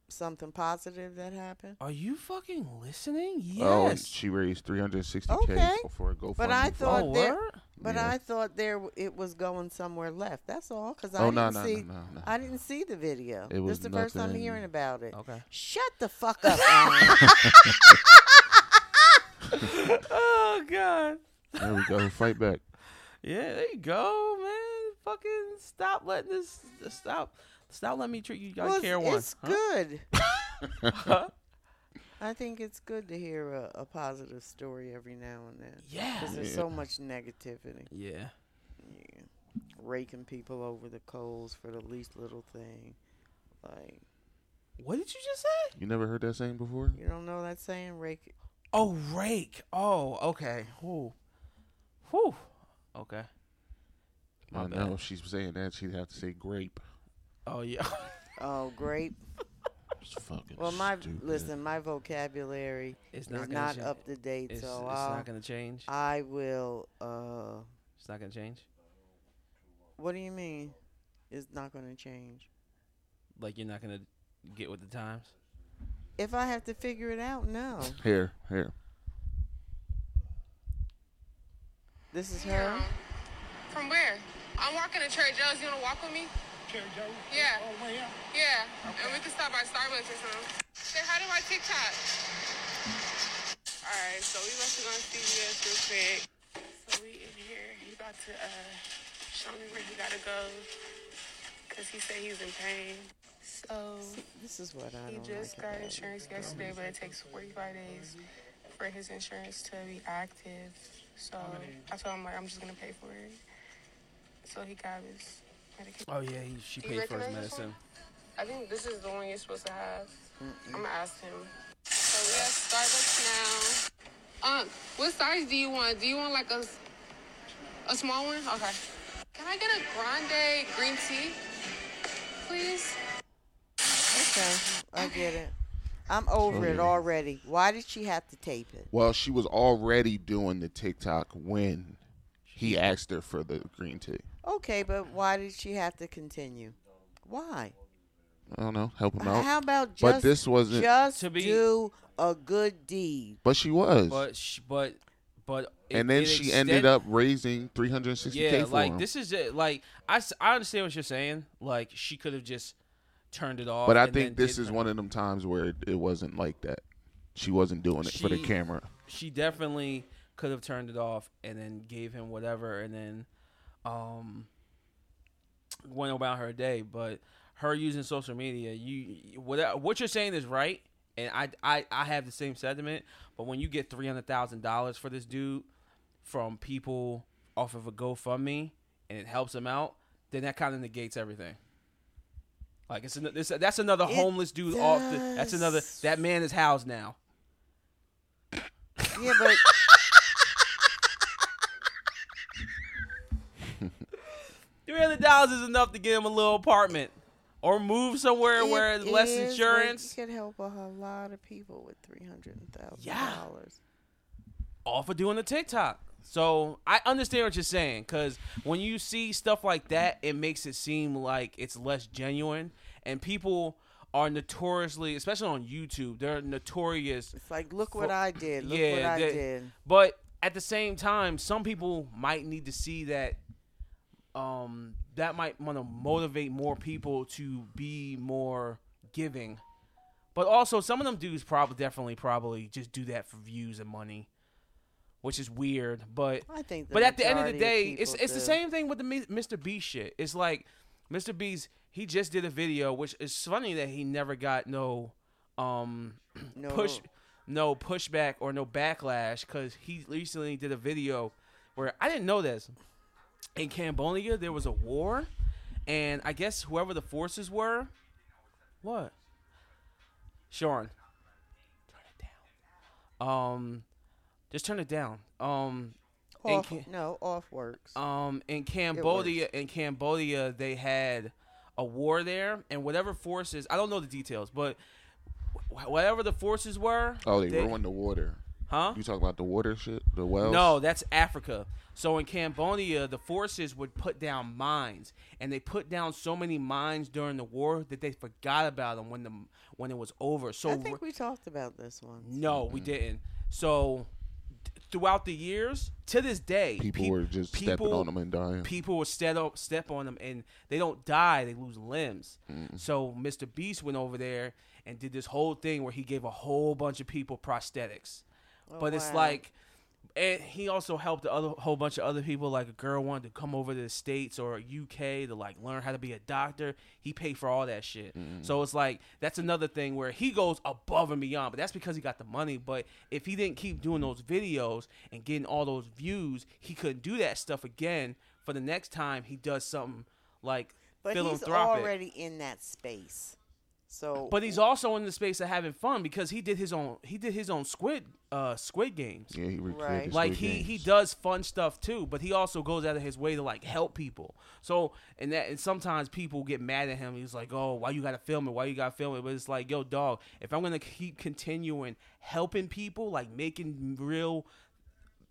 D: something positive that happened.
B: Are you fucking listening? Yes.
A: Oh, and she raised three hundred sixty
D: Okay.
A: k for a GoFundMe.
D: But I
A: for-
D: thought
B: oh,
D: that-
B: word?
D: But
A: Yeah.
D: I thought there w- it was going somewhere left. That's all, because I
A: Oh
D: didn't
A: no no
D: see.
A: no no no.
D: I didn't see the video.
A: It was
D: this is the first time
A: nothing- Oh.
D: hearing about it.
B: Okay.
D: Shut the fuck up, Alan.
B: oh god.
A: There we go. Fight back.
B: Yeah, there you go, man. Fucking stop letting this stop. Stop letting me treat you like
D: Well, it's-
B: care one.
D: It's
B: huh?
D: good.
B: Huh?
D: I think it's good to hear a, a positive story every now and then.
B: Yeah.
D: 'Cause there's
A: Yeah.
D: so much negativity.
B: Yeah.
D: Yeah. Raking people over the coals for the least little thing. Like,
B: What did you just say?
A: You never heard that saying before?
D: you don't know that saying? Rake.
B: Oh, rake. Oh, okay. Whew. Whew. Okay. My
A: I
B: bad.
A: know. If Uh, she's saying that, she'd have to say grape.
B: Oh yeah.
D: Oh, grape.
A: It's fucking
D: Well, my
A: stupid.
D: listen, my vocabulary
B: it's
D: is
B: not gonna
D: not
B: change.
D: up to date,
B: It's,
D: so
B: it's
D: I'll,
B: not gonna change.
D: I will. Uh,
B: It's not gonna change.
D: what do you mean? It's not going to change.
B: Like you're not gonna get with the times.
D: If I have to figure it out, no.
A: Here, here.
D: This is her.
E: From where? I'm walking to Cherry Joe's. You wanna walk with me?
F: Cherry Joe?
E: Yeah.
F: Oh, way up.
E: Yeah. And we can stop by Starbucks or something. Say hi to my TikTok. Alright, so we must have gone to CVS real quick. So we in here. He about to uh show me where he gotta go. Cause he said he's in pain. So
D: This is what I
E: he
D: don't
E: just
D: like
E: got
D: about it.
E: insurance yesterday, but it takes 45 days for his insurance to be active. So I told him like I'm just gonna pay for it. So he got his medication.
B: Oh yeah, he, she
E: You
B: paid for his
E: recognize this
B: medicine.
E: I think this is the one you're supposed to have. I'm gonna ask him. So we have Starbucks now. Um, what size do you want? Do you want like a s- a small one? Okay. Can I get a grande green tea, please?
D: Okay, I get it. I'm over it
A: Okay.
D: already. Why did she have to tape it?
A: Well, she was already doing the TikTok when he asked her for the green tea.
D: Okay, but why did she have to continue? Why?
A: I don't know. Help him out.
D: How about just
A: But this wasn't-
D: just
B: To be-
D: do a good deed?
A: but she was.
B: But sh- but but. it-
A: and then
B: it
A: she
B: extend-
A: ended up raising 360k
B: Yeah,
A: for
B: like
A: him.
B: this is it. Like I, s- I understand what you're saying. Like she could have just turned it off.
A: but I
B: and
A: think
B: then
A: this
B: did
A: is
B: the-
A: one of them times where it, it wasn't like that. She wasn't doing it for the
B: She-
A: camera.
B: she definitely could have turned it off and then gave him whatever and then um went about her day but her using social media you what what you're saying is right and I, I i have the same sentiment but when you get $300000 for this dude from people off of a gofundme and it helps him out then that kind of negates everything like it's, an, it's that's another homeless dude off the, that's another
D: does.
B: that man is housed now
D: Yeah, but
B: Three hundred dollars is enough to get him a little apartment, or move somewhere where
D: it
B: it's less
D: is, but
B: insurance.
D: You could help a whole lot of people with three hundred thousand dollars.
B: All for doing the TikTok. So I understand what you're saying, because when you see stuff like that, it makes it seem like it's less genuine, and people are notoriously, especially on YouTube, they're notorious
D: It's like, look what
B: For-
D: I did. Look what I
B: that-
D: did.
B: But at the same time, some people might need to see that. Um, that might want to motivate more people to be more giving, but also some of them dudes probably definitely probably just do that for views and money, which is weird. But
D: I think. The
B: but at the end of the
D: majority
B: day,
D: of
B: it's
D: people
B: it's the
D: do.
B: same thing with the Mi- Mr. B shit. It's like Mr. B's he just did a video, which is funny that he never got no um
D: No,
B: push no pushback or no backlash because he recently did a video where I didn't know this. In Cambodia, there was a war, And I guess whoever the forces were, what? Sean, turn it down. Um, just turn it down. Um, and
D: Off,
B: can-
D: no, off works.
B: um, in Cambodia, in Cambodia, they had a war there, and whatever forces, I don't know the details, but wh- whatever the forces were,
A: Oh, they, ruined the water.
B: huh?
A: You talk about the water shit, the wells.
B: No, that's Africa. So in Cambodia, the forces would put down mines, and they put down so many mines during the war that they forgot about them when the when it was over. So
D: I
B: re-
D: think we talked about this one.
B: no, we
A: Mm-hmm.
B: didn't. So th- throughout the years, to this day,
A: people
B: peop-
A: were just stepping
B: people-
A: on them and dying.
B: people will step up, step on them, and they don't die; they lose limbs. So Mr. Beast went over there and did this whole thing where he gave a whole bunch of people prosthetics, but it's
D: Oh, wow.
B: like, and he also helped a other whole bunch of other people. Like a girl wanted to come over to the states or UK to like learn how to be a doctor. He paid for all that shit. So it's like that's another thing where he goes above and beyond, but that's because he got the money. But if he didn't keep doing those videos and getting all those views, he couldn't do that stuff again for the next time he does something like
D: But he's
B: philanthropic.
D: already in that space. So
B: but he's also in the space of having fun because he did his own he did his own squid uh squid games.
A: yeah, he recreated
D: Right.
A: Squid
B: like he
A: Games.
B: he does fun stuff too but he also goes out of his way to like help people so and that and sometimes people get mad at him he's like oh why you gotta film it why you gotta film it but it's like yo dog if i'm gonna keep continuing helping people like making real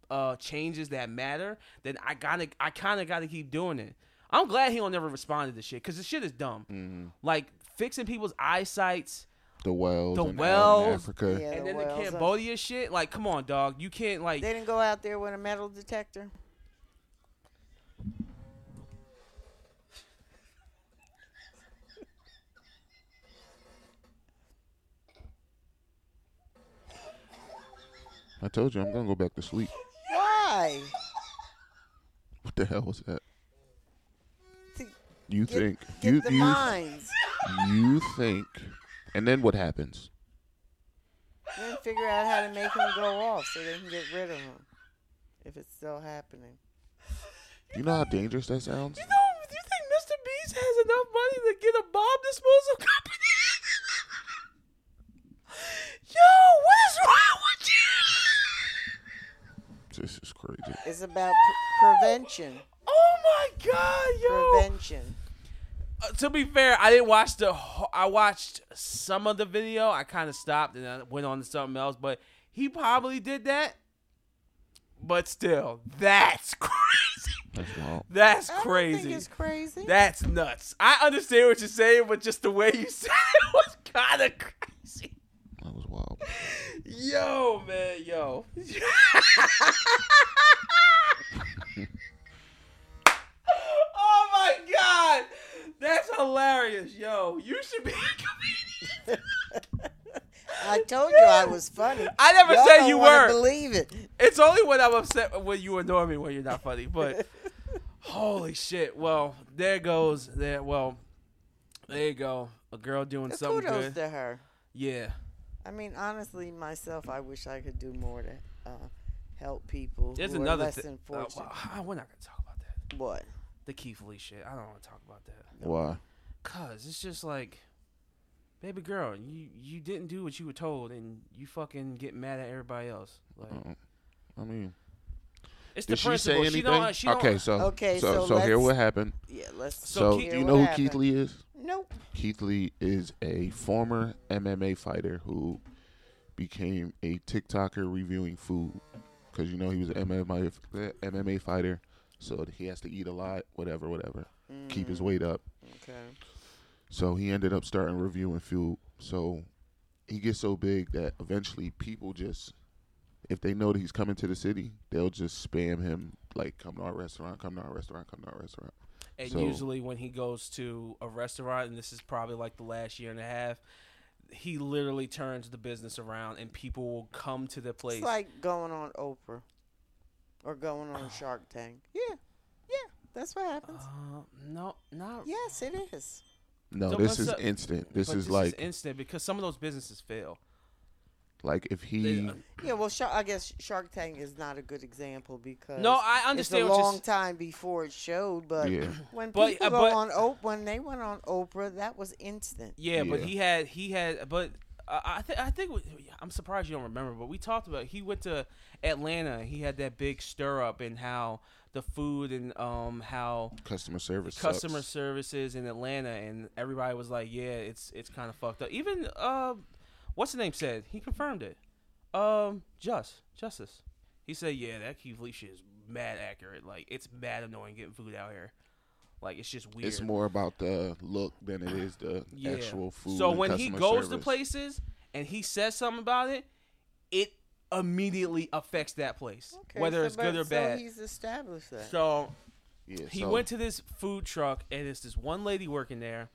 B: uh changes that matter then i gotta i kinda gotta keep doing it i'm glad he don't never responded to shit because the shit is dumb like fixing people's eyesights
A: the wells,
B: the
A: in- out in
B: wells.
A: Africa.
D: Yeah,
B: and
D: the
B: then the
D: wells.
B: cambodia shit like come on dog you can't like
D: they didn't go out there with a metal detector.
A: I told you I'm gonna go back to sleep.
D: Why?
A: What the hell was that?
D: To
A: You
D: get,
A: think
D: get
A: you
D: the
A: you
D: mines.
A: you think, and then what happens?
D: then figure out how to make them go off so they can get rid of them. If it's still happening.
A: You know how dangerous that sounds.
B: You know, do you think Mr. Beast has enough money to get a bomb disposal company? Yo, what is wrong with you?
A: This is crazy.
D: It's about pr- prevention.
B: Oh my Oh god, yo.
D: Prevention.
B: Uh, to be fair, I didn't watch the. wh- I watched some of the video. I kind of stopped and I went on to something else, but he probably did that. But still, that's crazy.
A: That's wild.
B: That's
D: I
B: crazy.
D: Don't think it's crazy.
B: That's nuts. I understand what you're saying, but just the way you said it was kind of crazy.
A: That was wild.
B: Yo, man, yo. oh my god, that's hilarious, yo. You should be. a comedian.
D: I told you I was funny.
B: I never
D: Y'all
B: said
D: don't
B: you were.
D: wanna Believe it.
B: It's only when I'm upset when you annoy me when you're not funny. But holy shit! Well, there goes there. Well, there you go. A girl doing something
D: Kudos
B: good.
D: to her.
B: Yeah.
D: I mean, honestly, myself, I wish I could do more to uh, help people
B: There's
D: who
B: another oh,
D: are less
B: thing.
D: than fortunate.
B: we're not gonna talk about that.
D: what?
B: The Keith Lee shit. I don't want to talk about that.
A: Why?
B: Cause it's just like, baby girl, you you didn't do what you were told, and you fucking get mad at everybody else. Like
A: Mm. I mean,
B: it's the
A: did she say
B: principle.
A: anything?
B: She don't. She don't-
A: okay, so
D: Okay,
A: so
D: so
A: here
D: let's-
A: what happened.
D: Yeah, let's.
B: So
A: So,
B: Keith-
A: do you
D: Hear
A: know who
D: what
A: Keith
D: happened.
A: Lee is?
D: Nope.
A: Keith Lee is a former MMA fighter who became a TikToker reviewing food because you know he was an MMA f- MMA fighter, so he has to eat a lot, whatever, whatever, keep
B: Mm.
A: his weight up.
D: Okay.
A: So he ended up starting reviewing food. So he gets so big that eventually people just, if they know that he's coming to the city, they'll just spam him like, "Come to our restaurant, come to our restaurant, come to our restaurant."
B: And
A: So-
B: usually when he goes to a restaurant, and this is probably like the last year and a half, he literally turns the business around, and people will come to the place.
D: It's like going on Oprah or going
B: Oh.
D: on Shark Tank. Yeah. Yeah. That's what happens.
B: uh, no, not.
D: yes, it is.
A: No,
B: So
A: this
B: what's
A: is
B: up-
A: instant. This
B: but
A: is like
B: instant because some of those businesses fail.
A: Like if he,
D: Yeah, well, Shark, I guess Shark Tank is not a good example because
B: No, I understand
D: It's a
B: what you're
D: long
B: s-
D: time before it showed, but
A: Yeah.
D: when
B: But-
D: people
B: uh,
D: go
B: but-
D: on Oprah, when they went on Oprah, that was instant.
B: Yeah, but
A: Yeah.
B: he had he had but uh, I think I think we- I'm surprised you don't remember, but we talked about he went to Atlanta. He had that big stir up and how the food and um how
A: customer service,
B: customer
A: sucks.
B: services in Atlanta and everybody was like, yeah, it's it's kind of fucked up. Even uh, what's the name said he confirmed it. Um, just justice. He said, yeah, that Keith Lee shit is mad accurate. Like it's mad annoying getting food out here. Like it's just weird.
A: It's more about the look than it is the
B: Ah, Yeah.
A: actual food.
B: So
A: and
B: when he
A: customer
B: goes to
A: service.
B: places and he says something about it, it immediately affects that place,
D: Okay,
B: whether
D: so-
B: it's good
D: but-
B: or
D: so
B: bad.
D: he's established that.
B: so
A: yeah,
B: he
A: so-
B: went to this food truck and it's this one lady working there,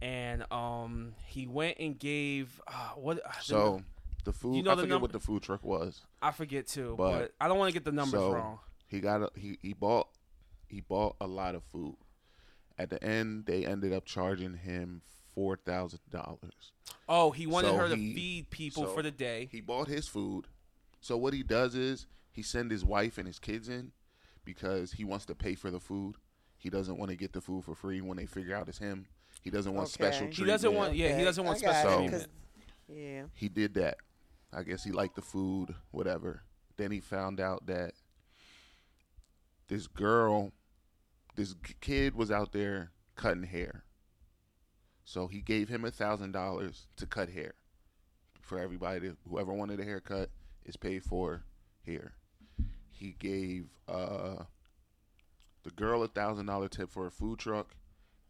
B: and um he went and gave uh, what I don't know.
A: So the food,
B: You know
A: I
B: the
A: forget
B: num-
A: what the food truck was.
B: I forget too, but,
A: but-
B: I don't want to get the numbers
A: so
B: wrong.
A: he got a, he he bought he bought a lot of food. At the end, they ended up charging him four thousand dollars.
B: Oh, he wanted
A: so
B: her to
A: he-
B: feed people
A: so
B: for the day.
A: He bought his food. So what he does is he send his wife and his kids in because he wants to pay for the food. He doesn't want to get the food for free when they figure out it's him. He doesn't want special
D: Okay.
A: treatment.
B: He doesn't want yeah, he
D: Okay,
B: doesn't want
D: I got
B: special
A: it,
B: treatment.
D: 'cause- Yeah.
A: he did that. I guess he liked the food, whatever. Then he found out that this girl, this g- kid was out there cutting hair. So he gave him a thousand dollars to cut hair for everybody. To, whoever wanted a haircut is paid for here. He gave uh, the girl a thousand dollar tip for a food truck,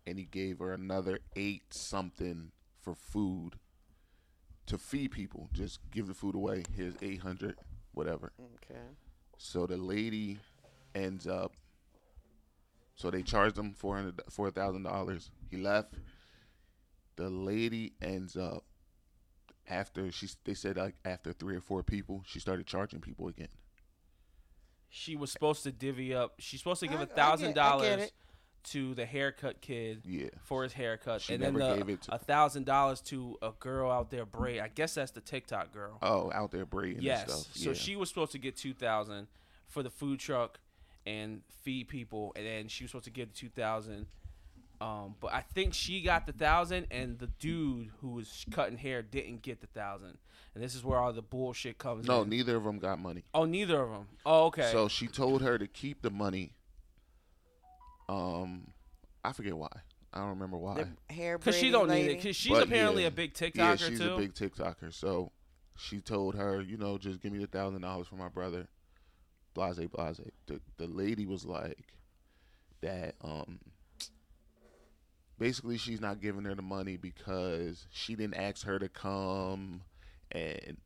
A: and he gave her another eight something for food to feed people. Just give the food away. Here's 800, whatever.
D: Okay.
A: So the lady ends up. So they charged him four hundred four thousand dollars. He left. The lady ends up after she. They said like after three or four people, she started charging people again.
B: she was supposed to divvy up. She's supposed to give
D: I- I
B: a
D: get-
B: thousand
D: I get
B: dollars
D: it.
B: to the haircut kid
A: Yeah.
B: for his haircut,
A: She
B: and
A: never
B: then
A: gave
B: the,
A: it to-
B: a thousand dollars to a girl out there braid. I guess that's the TikTok girl.
A: Oh, out there braiding and
B: yes.
A: stuff.
B: So
A: yeah.
B: she was supposed to get two thousand for the food truck and feed people, and then she was supposed to give the two thousand. Um, but I think she got the thousand, and the dude who was cutting hair didn't get the thousand. And this is where all the bullshit comes.
A: No,
B: in.
A: neither of them got money.
B: oh, neither of them. Oh, okay.
A: So she told her to keep the money. Um, I forget why. I don't remember why.
D: The hair
B: Cause she
D: braiding
B: don't
D: lady.
B: need it. Cause she's
A: But
B: apparently
A: yeah.
B: a big TikToker
A: yeah, she's
B: too.
A: a big TikToker. So she told her, you know, just give me the thousand dollars for my brother. Blase, blase. The the lady was like that. Um, basically, she's not giving her the money because she didn't ask her to come, and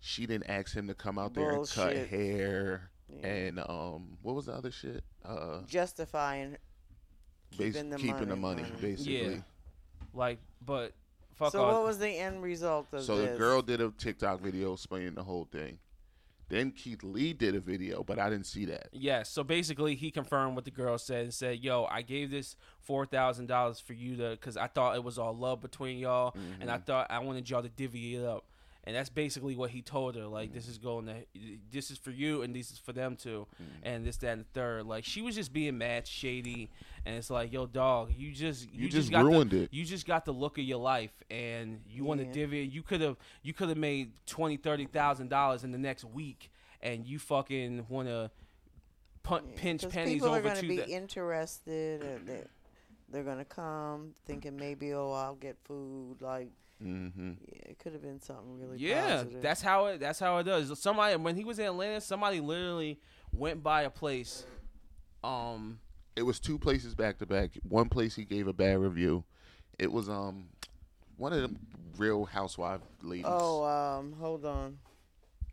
A: she didn't ask him to come out there and
D: Bullshit.
A: cut hair.
D: Yeah.
A: And um, what was the other shit? Uh,
D: justifying
A: bas-
D: keeping the
A: keeping the
D: money, Mm-hmm.
A: money,
D: money.
A: basically.
B: Yeah. like, but fuck
D: so
B: all.
D: what was the end result of
A: So
D: this?
A: the girl did a TikTok video explaining the whole thing. Then Keith Lee did a video, but I didn't see that.
B: yeah. So basically, he confirmed what the girl said and said, "Yo, I gave this four thousand dollars for you to, cause I thought it was all love between y'all, and
A: Mm-hmm.
B: I thought I wanted y'all to divvy it up." And that's basically what he told her. Like,
A: Mm.
B: this is going to, this is for you, and this is for them too, and this, that, and the third. Like, she was just being mad shady, and it's like, yo, dog, you just, you,
A: just
B: got the-
A: ruined it.
B: you just got the look of your life and you want to
D: Yeah.
B: divvy it. you could have you could have made twenty thirty thousand dollars in the next week and you fucking want to pun- pinch
D: 'Cause
B: pennies
D: people are
B: over
D: going to
B: to
D: be
B: the
D: interested. And they're they're going to come thinking maybe oh I'll get food. Like
A: Mm-hmm.
D: yeah, it could have been something really.
B: yeah
D: positive.
B: that's how it that's how it does somebody when he was in atlanta somebody literally went by a place um
A: It was two places back to back. One place he gave a bad review. It was um one of them real housewife ladies,
D: Oh um hold on,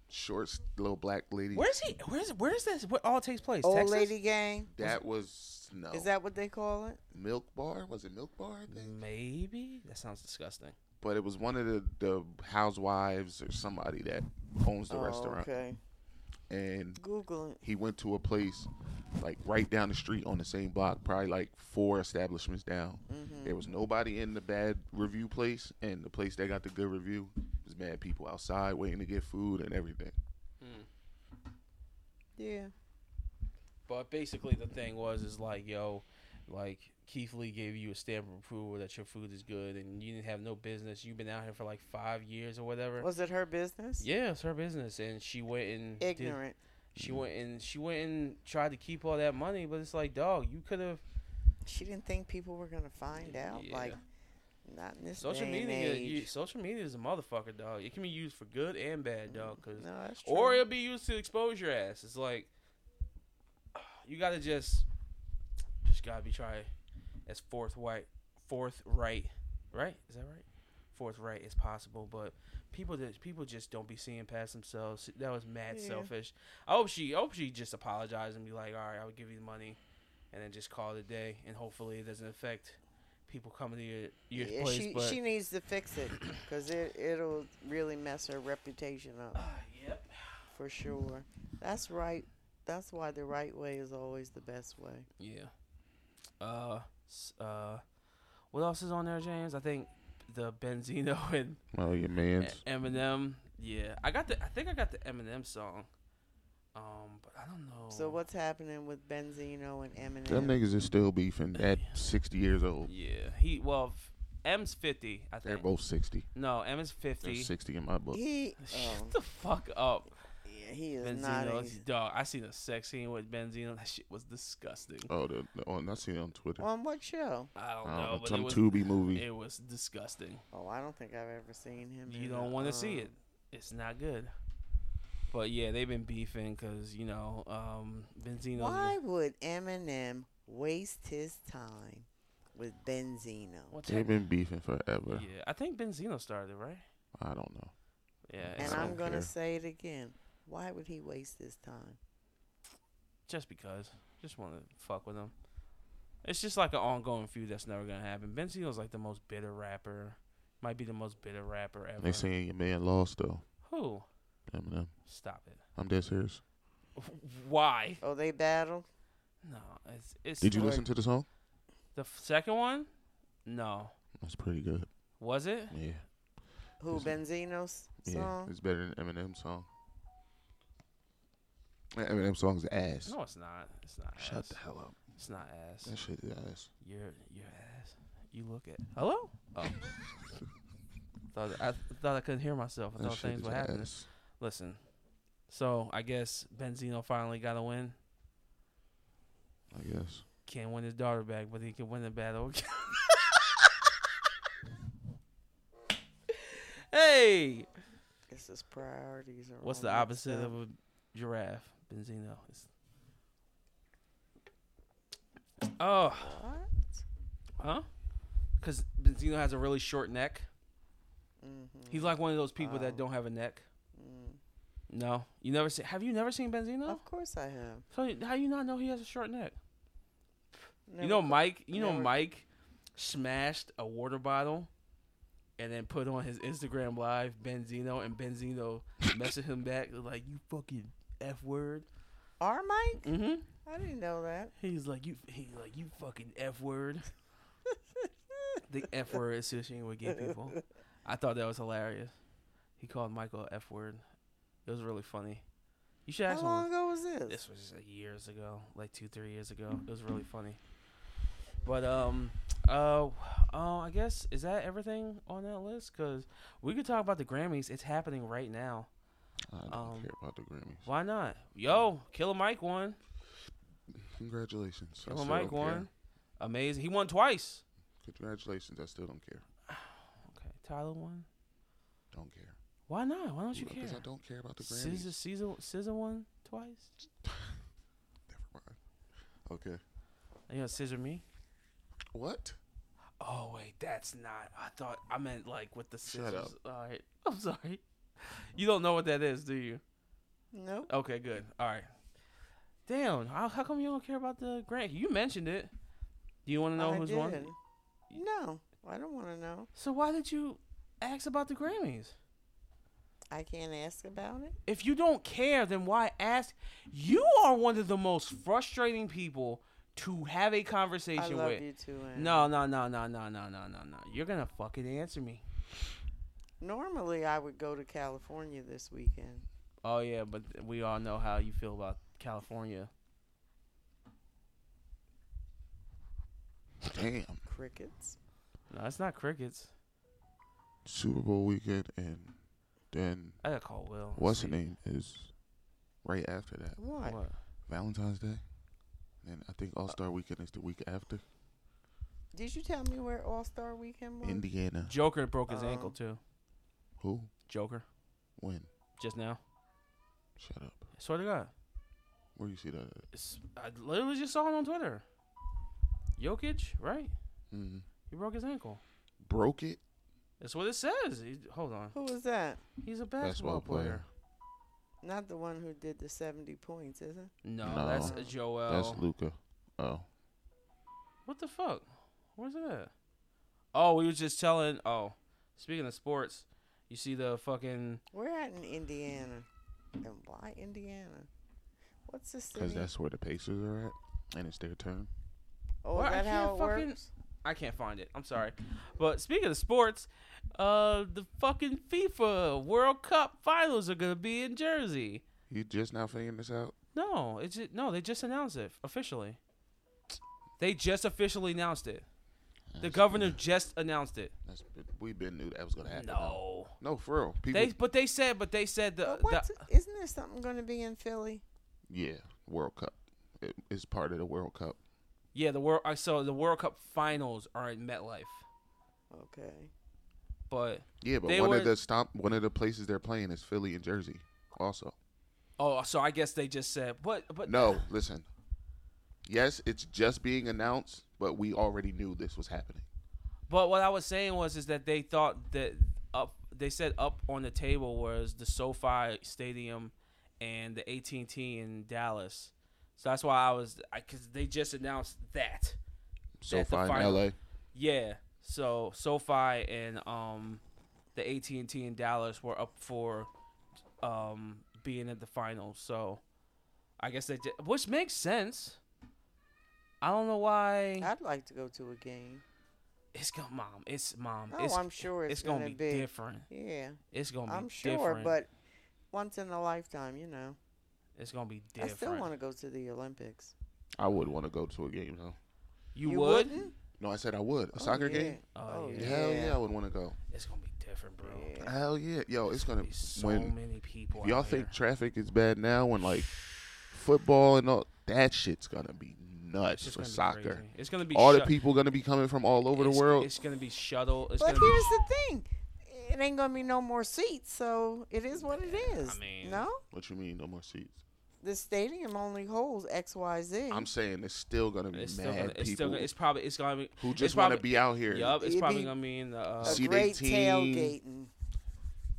A: short little black lady.
B: where's he where's where's this what all takes place
D: old
B: Texas?
D: lady gang.
A: That was no.
D: Is that what they call it?
A: Milk Bar? Was it Milk Bar? I think.
B: maybe that sounds disgusting
A: But it was one of the the housewives or somebody that owns the
D: oh,
A: restaurant,
D: Okay,
A: and
D: Google it.
A: he went to a place like right down the street on the same block, probably like four
B: Mm-hmm.
A: establishments down. There was nobody in the bad review place, and the place that got the good review There's mad people outside waiting to get food and everything.
D: Yeah.
B: But basically, the thing was is like, yo, like Keith Lee gave you a stamp of approval that your food is good, and you didn't have no business. You've been out here for like five years or whatever.
D: Was it her business?
B: Yeah, it's her business, and she went and did-
D: Ignorant.
B: she went and she went and tried to keep all that money, but it's like, dog, you could have
D: She didn't think people were gonna find out.
B: Yeah.
D: Like, not in this
B: social
D: day and
B: media.
D: age.
B: You, social media is a motherfucker, dog. It can be used for good and bad, dog. 'cause-
D: no, that's true.
B: or it'll be used to expose your ass. It's like you gotta just just gotta be try as fourth white fourth right right is that right fourth right as possible but people that people just don't be seeing past themselves that was mad
D: Yeah.
B: selfish i hope she I hope she just apologized and be like all right i would give you the money and then just call it a day and hopefully it doesn't affect people coming to your, your
D: Yeah,
B: place
D: she
B: but
D: she needs to fix it because it it'll really mess her reputation up
B: yep
D: for sure. That's right. That's why the right way is always the best way.
B: Yeah. Uh, s- uh, what else is on there, James? I think the Benzino and E,
A: Oh, your man's.
B: Eminem. Yeah, I got the. I think I got the Eminem song. Um, but I don't know.
D: So what's happening with Benzino and Eminem?
A: Them niggas is still beefing at 60 years old.
B: Yeah, he well, f- M's fifty. I
A: They're
B: think.
A: both 60.
B: No, M is
A: They're
B: 50
A: 60 in my book.
D: He, oh,
B: Shut the fuck up,
D: yeah, he is not.
B: Benzino.
D: A,
B: is- Dog, I seen a sex scene with Benzino. That shit was disgusting.
A: Oh, the, the, oh, and I see it on Twitter.
D: on what show?
B: I don't
A: I don't
B: know,
A: know,
B: but it
A: some
B: was
A: Tubi movie.
B: it was disgusting.
D: Oh, I don't think I've ever seen him.
B: You
D: in
B: don't
D: a,
B: want to see
D: um,
B: it. It's not good. But yeah, they've been beefing because you know um, Benzino's
D: Why would Eminem waste his time with Benzino?
B: What's
A: They've
B: happening?
A: been beefing forever.
B: Yeah, I think Benzino started it, right.
A: I don't know.
B: Yeah,
D: And
B: it's-
D: I'm
A: don't
D: gonna
A: care.
D: say it again. Why would he waste his time?
B: just because, just want to fuck with him. It's just like an ongoing feud that's never gonna happen. Benzino's like the most bitter rapper, might be the most bitter rapper ever.
A: They saying your man lost, though.
B: Who?
A: Eminem.
B: Stop it.
A: I'm dead serious.
B: Why?
D: Oh, they battled.
B: No, it's it's.
A: Did you
B: like-
A: listen to the song?
B: the f- second one? No,
A: That's pretty good.
B: was it?
A: Yeah.
D: Who
A: Is it-
D: Benzino's
A: Yeah.
D: song?
A: It's better than Eminem's song. That Eminem song's ass.
B: No, it's not. It's not.
A: Shut
B: Oh, ass.
A: the hell up.
B: It's not ass.
A: That shit is ass.
B: Your your ass. You look at hello. Oh, thought I thought I couldn't hear myself. I
A: That
B: thought
A: shit
B: things
A: is
B: were happening.
A: ass.
B: Listen, so I guess Benzino finally got a win.
A: I guess.
B: Can't win his daughter back, but he can win the battle. hey,
D: This is priorities. are
B: what's
D: all
B: the
D: mixed
B: opposite
D: up.
B: of a giraffe? Benzino. It's- Oh,
D: What?
B: huh? Because Benzino has a really short neck.
D: Mm-hmm.
B: He's like one of those people that
D: Wow.
B: don't have a neck. No, you never see. Have you never seen Benzino?
D: Of course I have.
B: So how you not know he has a short neck?
D: Never
B: you know Mike. You know
D: never-
B: Mike smashed a water bottle, and then put on his Instagram live Benzino, and Benzino messaged him back like you fucking f word.
D: Are Mike?
B: Mm-hmm.
D: I didn't know that.
B: He's like you. He like you fucking f word. the f word associated with gay people. I thought that was hilarious. He called Michael a f word. It was really funny. You should ask
D: How
B: him.
D: long ago was this?
B: This was like years ago, like two, three years ago. It was really funny. But um, uh, uh, I guess is that everything on that list? Cause we could talk about the Grammys. It's happening right now.
A: I don't
B: Um,
A: care about the Grammys.
B: Why not? Yo, Killer Mike won.
A: Congratulations. I
B: Killer
A: still
B: Mike
A: don't care.
B: won. Amazing. He won twice.
A: Congratulations. I still don't care.
B: Okay, Tyler won.
A: Don't care.
B: Why not? Why don't you care?
A: Because I don't care about the Grammys.
B: Scissor, Caesar, Scissor won twice.
A: Never mind. Okay.
B: You know, Scissor me.
A: What?
B: Oh wait, that's not. I thought I meant like with the scissors.
A: Shut up.
B: All right, I'm sorry. You don't know what that is, do you?
D: Nope.
B: Okay, good. All right. Damn, how, how come you don't care about the grant? You mentioned it. Do you want to know
D: I
B: who's
D: did.
B: won?
D: No, I don't want to know.
B: So why did you ask about the Grammys?
D: I can't ask about it.
B: If you don't care, then why ask? You are one of the most frustrating people to have a
D: I
B: conversation
D: love
B: with.
D: you too. Ann.
B: No, no, no, no, no, no, no, no, no. You're gonna fucking answer me.
D: Normally, I would go to California this weekend.
B: Oh yeah, but th- we all know how you feel about California.
A: Damn.
D: Crickets.
B: No, it's not crickets.
A: Super Bowl weekend, and then
B: I gotta call Will.
A: what's
B: See.
A: her name is right after that
D: What?
B: What?
A: Valentine's Day, and I think All Star Weekend is the week after
D: Did you tell me where All Star Weekend was?
A: Indiana.
B: Joker broke his ankle
D: Um,
B: too.
A: Who?
B: Joker
A: When?
B: just now.
A: Shut up.
B: I swear to God,
A: Where you see that? At?
B: it's, I literally just saw him on Twitter. Jokic, right?
A: Mm.
B: He broke his ankle.
A: Broke it.
B: That's what it says. He, hold on,
D: Who was that?
B: he's a
A: Basketball
B: basketball, player.
D: Not the one who did the 70 points, is it?
B: No,
A: No.
B: that's a Joel.
A: That's Luca. Oh,
B: What the fuck? Where's it at? Oh, we were just telling. Oh, speaking of sports, you see the fucking.
D: We're at in Indiana. And why Indiana? What's the city?
A: because that's where the Pacers are at, and it's their turn.
D: oh,
B: Well,
D: is
B: I
D: that how
B: can't
D: it
B: fucking- uh,
D: works?
B: I can't find it. I'm sorry, but speaking of sports, uh, the fucking FIFA World Cup finals are gonna be in Jersey.
A: You just now figuring this out?
B: No, it's ju- no. They just announced it officially. They just officially announced it. The
A: That's-
B: governor just announced it.
A: That's, we been knew that was gonna happen. though.
B: No,
A: No, for real. People.
B: they but they said but they said the,
D: But
B: the
D: what's, isn't there something going to be in Philly?
A: yeah, World Cup. It, it's part of the World Cup.
B: yeah the world. I saw the World Cup finals are in MetLife,
D: Okay.
B: but
A: Yeah, but
B: They
A: one
B: were-
A: of the stop, one of the places they're playing is Philly and Jersey. Also,
B: Oh, so I guess they just said, but but
A: no, listen. Yes, it's just being announced, but we already knew this was happening.
B: But what I was saying was is that they thought that up they said up on the table was the SoFi Stadium and the AT&T in Dallas. So that's why I was I cuz they just announced that.
A: So
B: That's the
A: fine,
B: final.
A: LA.
B: Yeah. So SoFi and um the AT&T in Dallas were up for um being at the finals. So I guess they did, which makes sense. I don't know why.
D: I'd like to go to a game.
B: It's gonna mom. It's mom.
D: Oh,
B: it's,
D: I'm sure it's
B: gonna,
D: gonna
B: be,
D: be.
B: different.
D: Yeah.
B: It's gonna be
D: I'm sure,
B: different.
D: but once in a lifetime, you know.
B: it's gonna be
D: I
B: different.
D: still want to go to the Olympics.
A: I would want to go to a game though.
B: you,
D: You
B: would?
D: wouldn't?
A: No, I said I would. A
D: Oh,
A: soccer
D: yeah.
A: game.
B: Oh,
D: Oh,
B: yeah.
A: Hell
D: Yeah.
A: yeah, I would want to go.
B: It's gonna be different, bro.
D: Yeah.
A: Hell yeah, yo, it's gonna
B: Be so
A: when
B: many people.
A: y'all
B: out
A: think
B: there.
A: traffic is bad now when like football and all that shit's gonna be nuts
B: It's just
A: for
B: gonna be
A: soccer.
B: crazy. It's gonna be
A: All the
B: shut-
A: people gonna be coming from all over the
B: it's-
A: world.
B: It's gonna be shuttle. It's
D: But
B: gonna
D: here's
B: be,
D: the thing. It ain't gonna be no more seats, so it is what it is.
B: mean-
D: no,
A: What you mean, no more seats?
D: the stadium only holds X, Y, Z.
A: I'm saying there's still gonna be
B: It's
A: mad
B: still gonna,
A: people
B: it's still gonna, it's probably it's gonna be
A: who
B: it's
A: just want to
B: probably-
A: be out here.
B: Yup, it's
D: It'd
B: probably
D: be
B: gonna be in the uh,
D: a
A: See, they
D: great
A: team-
D: tailgating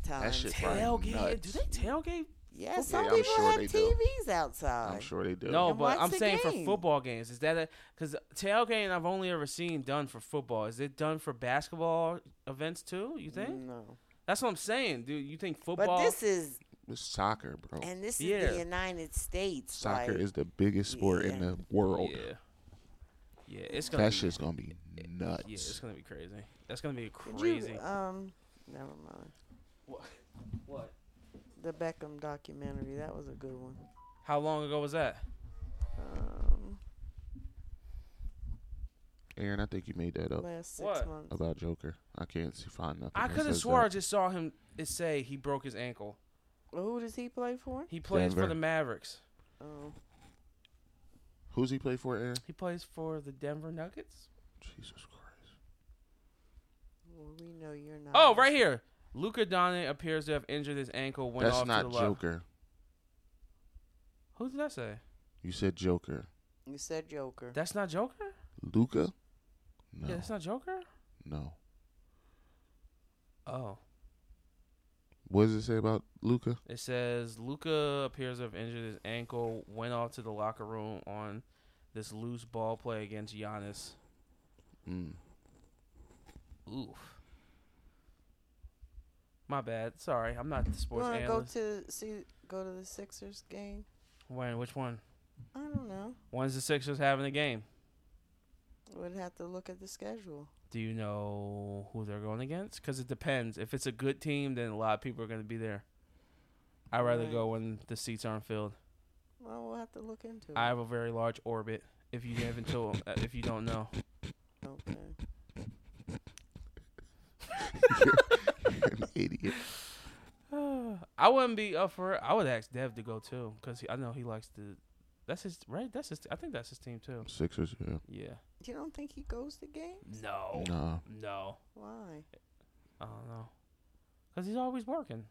D: time.
A: That shit probably
B: tailgate. Do
A: nuts.
B: they tailgate?
D: yeah, some
A: I'm
D: people
A: sure
D: have
A: they do.
D: TVs outside.
A: I'm sure they do.
B: No,
D: And
B: but
D: what's
B: I'm
D: the
B: saying
D: game?
B: for football games, is that because tailgating I've only ever seen done for football? Is it done for basketball events too? You think?
D: No,
B: That's what I'm saying, dude. You think football?
D: Mm. but this is
A: it's soccer, bro.
D: and this is
B: Yeah.
D: the United States.
A: Soccer
D: like,
A: is the biggest sport in
D: Yeah.
A: the world.
B: yeah, yeah, it's gonna
A: That
B: be,
A: shit's gonna be nuts.
B: yeah, it's gonna be crazy. That's gonna be
D: Did
B: crazy.
D: You, um, never mind.
B: what?
D: The Beckham documentary that was a good one.
B: How long ago was that?
D: Um,
A: Aaron, I think you made that up
D: last six
B: What?
D: months.
A: about Joker. I can't see, find nothing.
B: I
A: that
B: could have
A: says
B: swore I
A: that.
B: just saw him it say he broke his ankle.
D: Who does he play for?
B: He plays for
A: Denver.
B: the Mavericks.
D: Oh,
A: Who's he play for, Aaron?
B: He plays for the Denver Nuggets.
A: Jesus Christ.
D: well, we know you're not.
B: Oh, right here. Luca Donne appears to have injured his ankle. Went
A: That's
B: off
A: not
B: to the left.
A: Joker.
B: Who did I say?
A: You said Joker.
D: You said Joker.
B: That's not Joker.
A: Luca? No.
B: Yeah, that's not Joker.
A: no.
B: Oh,
A: What does it say about Luca?
B: it says Luca appears to have injured his ankle. Went off to the locker room on this loose ball play against Giannis.
A: Mm.
B: Oof. My bad. Sorry, I'm not the
D: you
B: sports
D: want to go
B: analyst.
D: to see go to the Sixers game?
B: when? Which one?
D: I don't know.
B: When's the Sixers having a game?
D: Would have to look at the schedule.
B: Do you know who they're going against? Because it depends. If it's a good team, then a lot of people are going to be there. I'd rather
D: Right.
B: go when the seats aren't filled.
D: Well, we'll have to look into it.
B: I have a very large orbit. If you haven't told, uh, if you don't know,
D: okay.
A: An idiot.
B: I wouldn't be up for it. I would ask Dev to go too, cause he, I know he likes to. That's his right. That's his. I think that's his team too.
A: Sixers, yeah.
B: Yeah.
D: You don't think he goes to games?
B: No.
A: Nah.
B: No.
D: Why?
B: I don't know. Cause he's always working.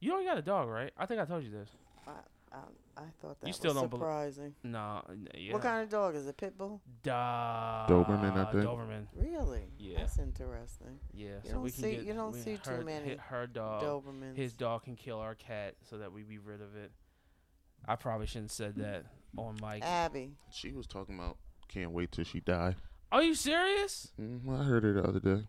B: You don't got a dog, right? I think I told you this.
D: I, Um, I thought that
B: still
D: was
B: don't believe-
D: surprising.
B: No. n- Yeah.
D: What kind of dog is it? Pit bull?
B: Da-
A: Doberman, I think.
B: Doberman.
D: Really?
B: Yeah.
D: That's interesting.
B: Yeah. so
D: don't
B: we can
D: see-
B: get.
D: you don't
B: we-
D: see too
B: her,
D: many
B: hi- Her dog.
D: Doberman.
B: Oh, His dog can kill our cat, so that we be rid of it. I probably shouldn't said that on mic.
D: Abby.
A: She was talking about can't wait till she die.
B: Are you serious?
A: Mm, I heard her the other day.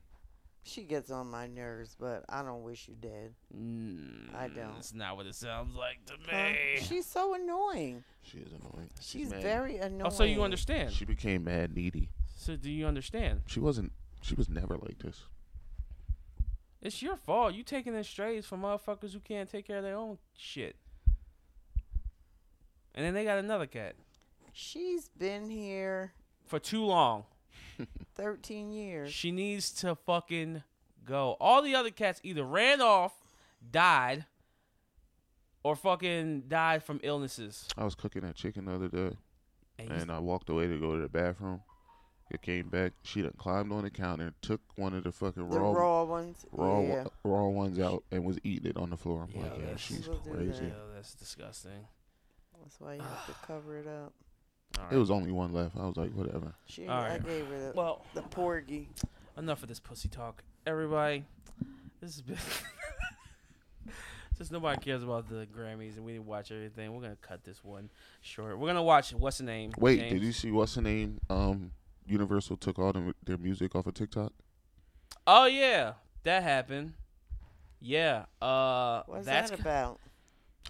D: She gets on my nerves, but I don't wish you dead. Mm, I don't.
B: That's not what it sounds like to
D: Huh?
B: me.
D: She's so annoying.
A: She is annoying.
D: She's, very annoying.
B: Oh, so you understand?
A: She became mad needy.
B: So do you understand?
A: She wasn't. She was never like this.
B: It's your fault. You taking in strays from motherfuckers who can't take care of their own shit. And then they got another cat
D: She's been here
B: for too long.
D: 13 years.
B: She needs to fucking go. All the other cats either ran off, died, or fucking died from illnesses.
A: I was cooking that chicken the other day,
B: And you-
A: and I walked away to go to the bathroom. I came back. She done climbed on the counter, took one of the fucking
D: the
A: raw, raw,
D: raw ones.
A: raw,
D: yeah.
A: raw ones out, and was eating it on the floor. I'm
B: Yeah,
A: like, yeah,
B: that's-
A: she's
D: We'll do
A: crazy.
D: that.
B: Ew, that's disgusting.
D: That's why you have to cover it up.
B: All
A: It was only one left. I was like, whatever.
D: She,
B: All
D: I
B: right.
D: gave her the,
B: well.
D: the porgy.
B: enough of this pussy talk. Everybody, this has been. Since nobody cares about the Grammys and we didn't watch everything, we're gonna cut this one short. We're gonna watch what's the name?
A: Wait,
B: James?
A: did you see what's the name? Um, Universal took all them, their music off of TikTok.
B: Oh yeah, that happened. Yeah. Uh,
D: What's
B: that's
D: that about?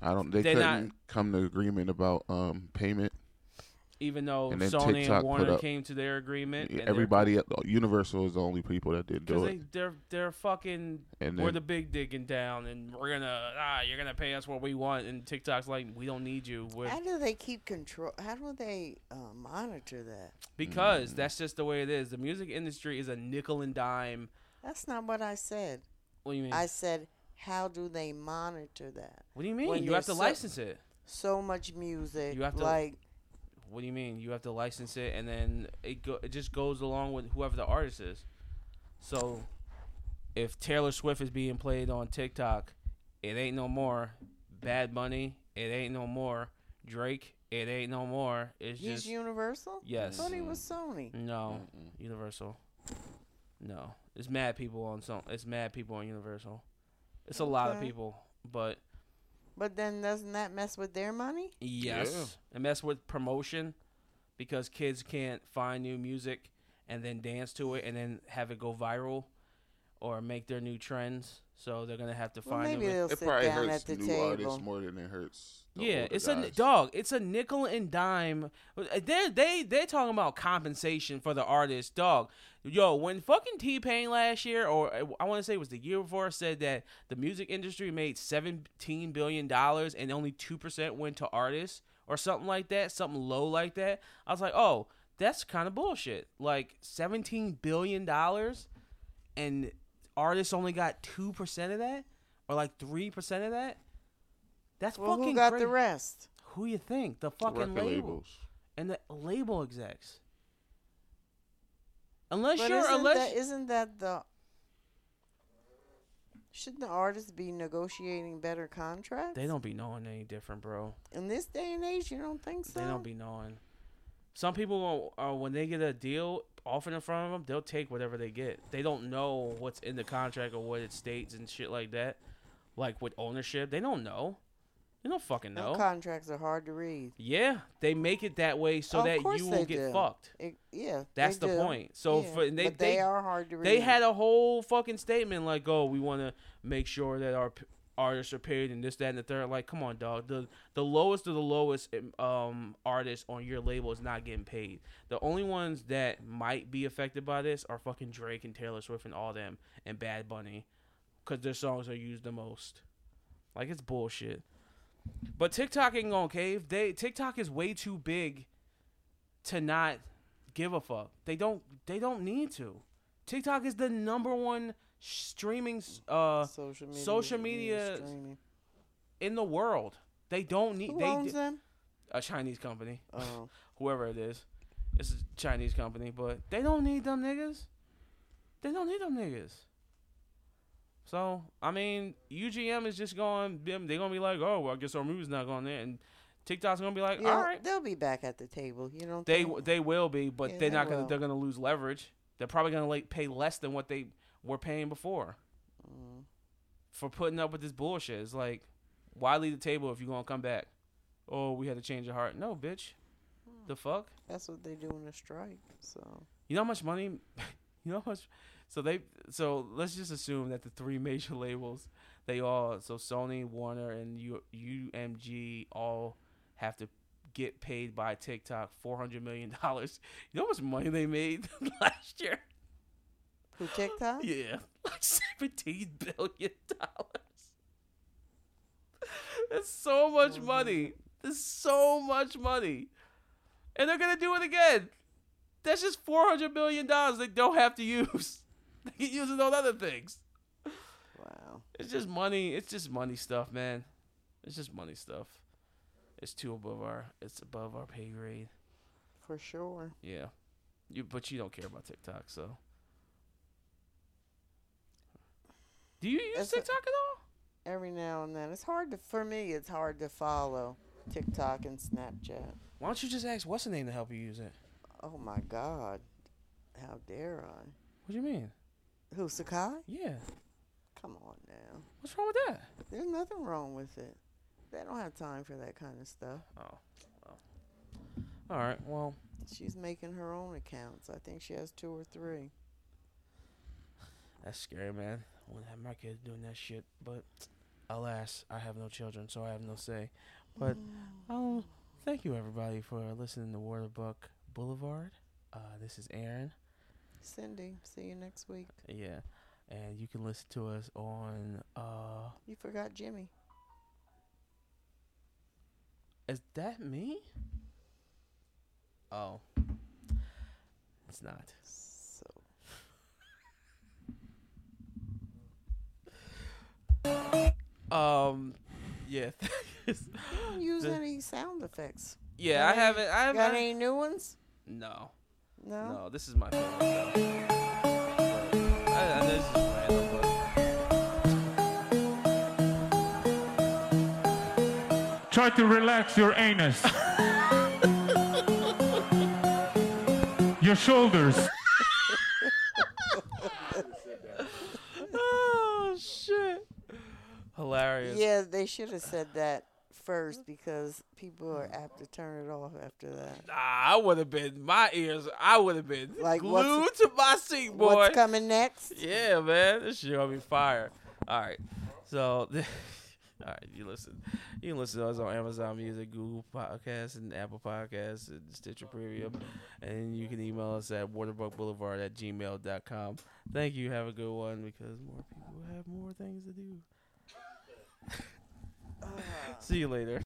A: I don't. They
B: They're not-
A: couldn't come to agreement about um payment.
B: even though
A: And then
B: Sony
A: TikTok
B: and
A: put
B: Warner
A: up-
B: came to their agreement. and they're-
A: Everybody, at Universal is the only people that didn't
B: Cause
A: do
B: they,
A: it.
B: they're they're fucking
A: And
B: we're
A: then-
B: the big digging down and we're gonna ah you're gonna pay us what we want and TikTok's like we don't need you We're-
D: How do they keep control? How do they uh, monitor that?
B: because
A: Mm.
B: that's just the way it is. The music industry is a nickel and dime.
D: That's not what I said.
B: What do you mean?
D: I said, how do they monitor that?
B: What do you
D: when
B: mean? You
D: they're
B: have to
D: so-
B: license it.
D: So much music.
B: You have to-
D: like,
B: What do you mean? You have to license it, and then it go, it just goes along with whoever the artist is. So, if Taylor Swift is being played on TikTok, it ain't no more. Bad Bunny, it ain't no more. Drake, it ain't no more. It's
D: he's
B: just
D: Universal?
B: yes,
D: thought he was Sony.
B: no, Universal, no. It's mad people on some. It's mad people on Universal. It's a lot of
D: Okay.
B: people, but
D: But then doesn't that mess with their money?
B: Yes. And mess with promotion because kids can't find new music and then dance to it and then have it go viral or make their new trends. So they're gonna have to
D: Well,
B: find
D: maybe
B: new
D: they'll sit down at the table.
A: more than it hurts.
B: yeah, it's a dog. It's a nickel and dime. They they they're talking about compensation for the artist, dog. Yo, when fucking T Pain last year, or uh, I want to say it was the year before, said that the music industry made seventeen billion dollars and only two percent went to artists or something like that, something low like that. I was like, oh, that's kind of bullshit. Like seventeen billion dollars and artists only got two percent of that, or like three percent of that. That's
D: Well,
B: fucking
D: who got the
B: crazy.
D: rest?
B: Who you think? The fucking label and the label execs. Unless
D: But
B: you're
D: isn't,
B: unless
D: that, isn't that the. Shouldn't the artists be negotiating better contracts?
B: they don't be knowing any different, bro.
D: In this day and age, you don't think so?
B: They don't be knowing. Some people, uh, when they get a deal offered in front of them, they'll take whatever they get. They don't know what's in the contract or what it states and shit like that. Like with ownership, they don't know. They don't fucking
D: Them
B: know.
D: contracts are hard to read.
B: Yeah, they make it that way so
D: Of
B: that
D: course
B: you
D: they
B: will get
D: do.
B: fucked.
D: It, yeah. they
B: That's the
D: do.
B: point. So
D: Yeah,
B: for, and they,
D: but they, are hard to read.
B: they had a whole fucking statement like, "Oh, we want to make sure that our p- artists are paid and this, that, and the third. Like, come on, dog. The the lowest of the lowest um artists on your label is not getting paid. The only ones that might be affected by this are fucking Drake and Taylor Swift and all them and Bad Bunny, because their songs are used the most. Like it's bullshit. But TikTok ain't gonna cave. They TikTok is way too big to not give a fuck. They don't. They don't need to. TikTok is the number one streaming uh
D: social media.
B: social media-
D: streaming.
B: in the world. They don't need.
D: Who
B: they
D: owns
B: d-
D: them?
B: a Chinese company,
D: Oh,
B: whoever it is. It's a Chinese company, but they don't need them niggas. They don't need them niggas. So I mean, UGM is just going. them- They're gonna be like, oh, well, I guess our movie's not going there, and TikTok's gonna be like,
D: yeah,
B: all right,
D: they'll be back at the table. You don't.
B: They
D: think?
B: they will be, but
D: Yeah,
B: they're
D: they
B: not gonna.
D: will.
B: They're gonna lose leverage. They're probably gonna like pay less than what they were paying before
D: Mm.
B: for putting up with this bullshit. It's like, why leave the table if you're gonna come back? Oh, we had to change your heart. No, bitch.
D: Hmm.
B: The fuck.
D: That's what they do in a strike. So
B: You know how much money? you know how much? So they. So let's just assume that the three major labels, they all. So Sony, Warner, and U, UMG all have to get paid by TikTok four hundred million dollars. You know how much money they made last year?
D: who TikTok?
B: Yeah, like seventeen billion dollars. That's so much money. That's so much money, and they're gonna do it again. That's just four hundred million dollars they don't have to use. They can use it on other things.
D: Wow.
B: It's just money. It's just money stuff, man. It's just money stuff. It's too above our. It's above our pay grade.
D: For sure.
B: Yeah, you. But you don't care about TikTok, so. Do you use
D: It's a-
B: TikTok at all?
D: Every now and then, it's hard to for me. It's hard to follow TikTok and Snapchat.
B: Why don't you just ask what's the name to help you use it?
D: Oh my God. How dare I?
B: What do you mean?
D: Who Sakai?
B: Yeah.
D: Come on now.
B: What's wrong with that?
D: There's nothing wrong with it. They don't have time for that kind of stuff.
B: Oh. All right. Well,
D: She's making her own accounts. I think she has two or three.
B: that's scary, man. I wouldn't have my kids doing that shit, but alas, I have no children, so I have no say. But um, thank you everybody for listening to Waterbuck Boulevard. Uh, this is Aaron.
D: Cindy, see you next week.
B: Yeah, and you can listen to us on uh,
D: You forgot Jimmy.
B: Is that me? Oh. It's not.
D: So
B: Um yeah.
D: you don't use
B: The-
D: any sound effects.
B: yeah, I
D: Got any-
B: haven't I
D: Got
B: haven't
D: any new ones?
B: No.
D: No.
B: No, this is my favorite show. But- I, I know this is random, but
G: Try to relax your anus. your shoulders.
B: Oh shit. Hilarious.
D: Yeah, they should have said that first because people are apt to turn it off after that.
B: Nah, I would have been my ears. I would have been
D: Like,
B: glued
D: what's-
B: to my seat, boy.
D: What's coming next?
B: Yeah, man, this shit gonna be fire. All right, so all right, you listen, you can listen to us on Amazon Music, Google Podcasts, and Apple Podcasts, and Stitcher Premium, and you can email us at waterbuckboulevard at gmail.com. Thank you. Have a good one because more people have more things to do. See you later.